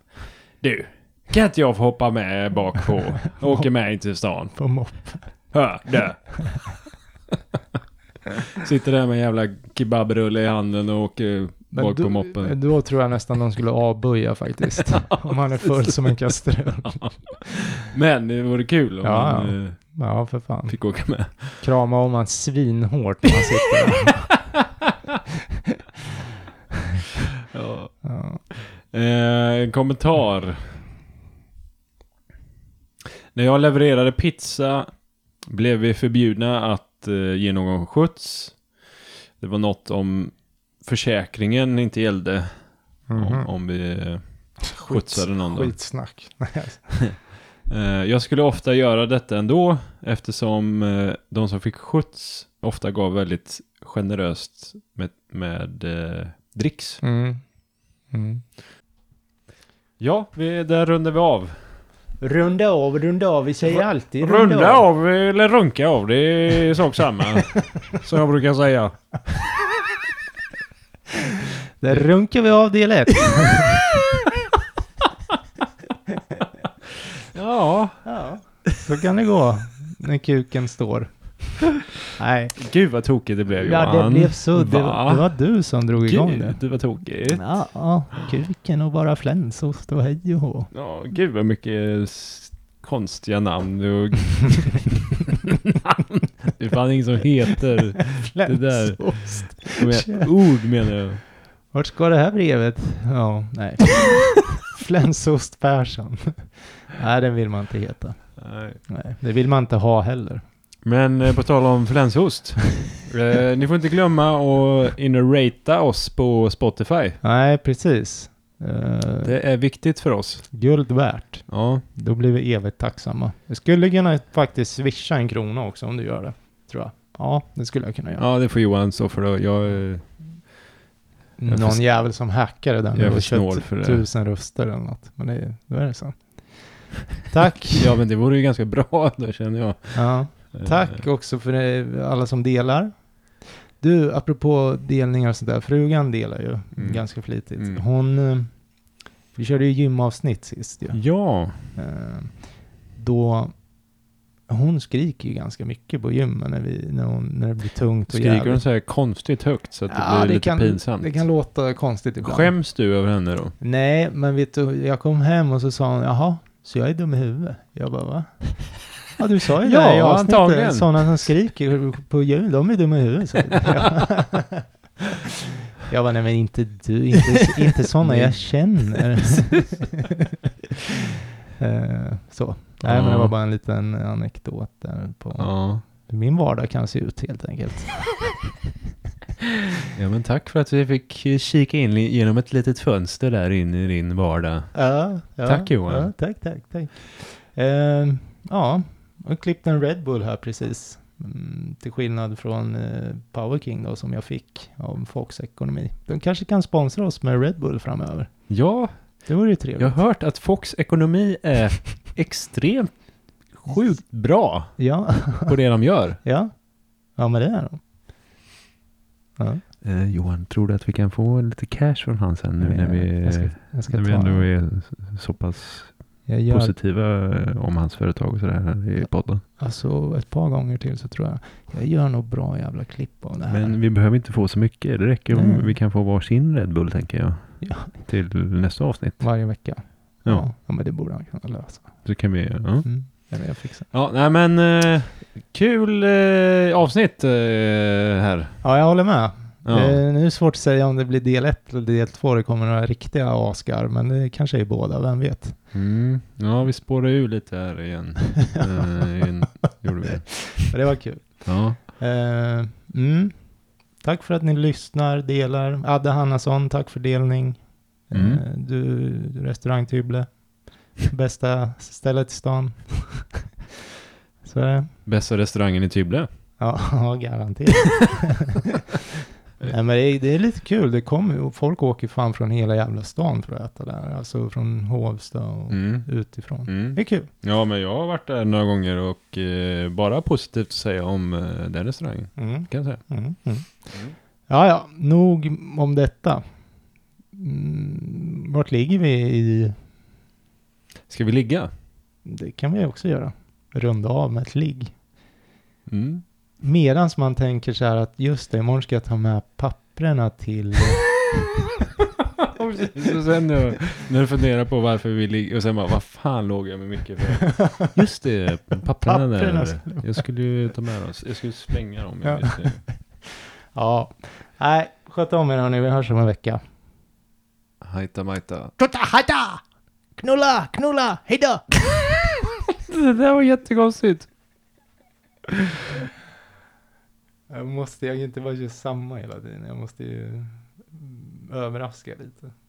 Speaker 2: Du, kan inte jag få hoppa med bak på? Åker med in till stan.
Speaker 1: På mopp.
Speaker 2: Hör du? Sitter där med en jävla kebabrulle i handen och åker
Speaker 1: Men
Speaker 2: bak på
Speaker 1: då-
Speaker 2: moppen.
Speaker 1: Då tror jag nästan de skulle avböja faktiskt. om han är full som en kastrull.
Speaker 2: Men det vore kul om
Speaker 1: Ja,
Speaker 2: man
Speaker 1: ja.
Speaker 2: eh,
Speaker 1: Ja, för fan.
Speaker 2: fick åka med.
Speaker 1: Krama om han svinhårt när han sitter där.
Speaker 2: Ja.
Speaker 1: Ja.
Speaker 2: Eh, en kommentar. När jag levererade pizza blev vi förbjudna att eh, ge någon skjuts. Det var något om försäkringen inte gällde om,
Speaker 1: Mhm.
Speaker 2: om vi eh, skjutsade någon. Då.
Speaker 1: Skitsnack. Nej, alltså.
Speaker 2: Eh, jag skulle ofta göra detta ändå eftersom eh, de som fick skjuts ofta gav väldigt generöst med, med eh, dricks.
Speaker 1: Mm. Mm.
Speaker 2: Ja, vi, där rundar vi av.
Speaker 3: Runda av, runda av. Vi säger alltid
Speaker 2: Runda av eller runka av, det är sak samma. som jag brukar säga.
Speaker 1: Där runkar vi av del ett.
Speaker 2: Ja.
Speaker 3: Ja.
Speaker 1: Så kan det gå när kuken står. Nej,
Speaker 2: Gud vad tokigt det blev
Speaker 1: ja, det
Speaker 2: Johan.
Speaker 1: blev så. Det,
Speaker 2: Va?
Speaker 1: var- det var du som drog igång det.
Speaker 2: Gud, det var tokigt.
Speaker 1: Ja, ja, kuken och bara flänsost och hej och hå.
Speaker 2: Ja, gud vad mycket s- konstiga namn du... namn. Det är fan ingen som heter... där.
Speaker 1: Flänsost.
Speaker 2: som heter- Ord menar jag.
Speaker 1: Vart ska det här brevet? Ja, nej. flänsost Persson. Nej, den vill man inte heta.
Speaker 2: Nej.
Speaker 1: Nej, det vill man inte ha heller.
Speaker 2: Men eh, på tal om flänsost. eh, ni får inte glömma att in och ratea oss på Spotify.
Speaker 1: Nej, precis. Eh,
Speaker 2: Det är viktigt för oss.
Speaker 1: Guld värt.
Speaker 2: Ja.
Speaker 1: Då blir vi evigt tacksamma. Jag skulle kunna faktiskt swisha en krona också om du gör det. Tror jag. Ja, det skulle jag kunna göra.
Speaker 2: Ja, det får Johan stå för då. Jag, eh,
Speaker 1: Någon
Speaker 2: jag först-
Speaker 1: jävel som hackade den.
Speaker 2: jag är
Speaker 1: och
Speaker 2: för
Speaker 1: köpt
Speaker 2: snål för det.
Speaker 1: Tusen röster eller något. Men det, då är det så. Tack.
Speaker 2: ja, men det vore ju ganska bra då känner jag.
Speaker 1: ja.
Speaker 2: Eh,
Speaker 1: Tack också för eh, alla som delar. Du, apropå delningar och sådär. Frugan delar ju
Speaker 2: Mm.
Speaker 1: ganska flitigt.
Speaker 2: Mm.
Speaker 1: Hon... eh, Vi körde ju gymavsnitt sist
Speaker 2: Mm.
Speaker 1: ju.
Speaker 2: Ja.
Speaker 1: Eh, Då... Hon skriker ju ganska mycket på gymmen när, vi, när, hon, när det blir tungt och
Speaker 2: Skriker hon
Speaker 1: jävligt.
Speaker 2: så här konstigt högt så att det
Speaker 1: Ja,
Speaker 2: blir lite
Speaker 1: kan,
Speaker 2: pinsamt?
Speaker 1: Det kan låta konstigt ibland.
Speaker 2: Skäms du över henne då?
Speaker 1: Nej, men vet du, jag kom hem och så sa hon, jaha, så jag är dum i huvudet? Jag bara, va? Ja, du sa ju
Speaker 2: Ja,
Speaker 1: det i avsnittet.
Speaker 2: antagligen.
Speaker 1: Sådana som skriker på jul, de är dumma i huvudet. sa du. Jag bara, nej men inte du, inte, inte sådana jag känner. Eh, så. Nej, men det var
Speaker 2: Ja.
Speaker 1: bara en liten anekdot där på
Speaker 2: Ja.
Speaker 1: hur min vardag kan se ut helt enkelt.
Speaker 2: ja, men tack för att vi fick eh, kika in li- genom ett litet fönster där in i din vardag.
Speaker 1: Ja,
Speaker 2: Tack, Johan.
Speaker 1: Ja, tack, tack, tack. Eh, ja, jag klippte en Red Bull här precis. Mm, till skillnad från eh, Power King då som jag fick av Fox Ekonomi. De kanske kan sponsra oss med Red Bull framöver.
Speaker 2: Ja,
Speaker 1: Det vore ju trevligt.
Speaker 2: jag har hört att Fox ekonomi är extremt sjukt bra
Speaker 1: Ja,
Speaker 2: på det de gör.
Speaker 1: ja. Ja, men det är de. Ja,
Speaker 2: Eh, Johan, tror du att vi kan få lite cash från han sen nu
Speaker 1: jag
Speaker 2: när vi,
Speaker 1: jag ska, jag ska
Speaker 2: när vi
Speaker 1: ta
Speaker 2: ändå
Speaker 1: den.
Speaker 2: är s- så pass
Speaker 1: jag gör
Speaker 2: positiva eh, om hans företag och sådär här i podden?
Speaker 1: alltså ett par gånger till så tror jag. Jag gör nog bra jävla klipp av det här.
Speaker 2: Men vi behöver inte få så mycket. Det räcker om
Speaker 1: Nej.
Speaker 2: vi kan få varsin Red Bull tänker jag.
Speaker 1: Ja.
Speaker 2: Till nästa avsnitt.
Speaker 1: Varje vecka.
Speaker 2: Ja.
Speaker 1: Ja. ja, men det borde han kunna lösa.
Speaker 2: Så kan vi... Ja,
Speaker 1: Mm. Eller jag fixar.
Speaker 2: ja nej men eh, kul eh, avsnitt eh, här.
Speaker 1: Ja, jag håller med.
Speaker 2: Ja.
Speaker 1: Eh, nu är det svårt att säga om det blir del 1 eller del 2. Det kommer några riktiga askar, men det kanske är båda, vem vet?
Speaker 2: Mm. ja, vi spårar ur lite här igen. Eh, igen. Gjorde vi.
Speaker 1: Men det var kul.
Speaker 2: Ja.
Speaker 1: Eh, mm. Tack för att ni lyssnar, delar. Adde Hannason, tack för delning.
Speaker 2: Mm.
Speaker 1: Eh, du, du restaurang Tyble. Bästa stället i stan. Så är det.
Speaker 2: Bästa restaurangen i Tyble.
Speaker 1: Ja, ja, garanterat. Nej, men det, är, det är lite kul. Det kommer, folk åker fan från hela jävla stan för att äta där. Alltså från Hovsta och
Speaker 2: Mm.
Speaker 1: utifrån.
Speaker 2: Mm.
Speaker 1: Det är kul.
Speaker 2: Ja, men jag har varit där några gånger och eh, bara positivt att säga om eh, den restaurangen.
Speaker 1: Mm.
Speaker 2: Kan jag säga.
Speaker 1: Mm. Mm. Ja, ja, nog om detta. Mm. Vart ligger vi i...
Speaker 2: Ska vi ligga?
Speaker 1: Det kan vi också göra. Runda av med ett ligg.
Speaker 2: Mm.
Speaker 1: Medan man tänker så här att just det, imorgon ska jag ta med papprena till...
Speaker 2: Så sen nu, när du funderar på varför vi ligger och sen bara, vad fan låg jag med mycket för? Just det, papperna
Speaker 1: Papperna
Speaker 2: där.
Speaker 1: skulle-
Speaker 2: Jag skulle ju ta med dem, jag skulle slänga dem. eh,
Speaker 1: Ja.
Speaker 2: Jag visste det.
Speaker 1: Ja. Nej, sköt om er hörni, vi hörs om en vecka.
Speaker 2: Hajta majta.
Speaker 1: Tutta hajta! Tota, Knulla, knulla, hejdå!
Speaker 2: Det där var jättekonstigt.
Speaker 1: Jag måste, jag kan inte bara köra samma hela tiden. Jag måste ju mm, överraska lite.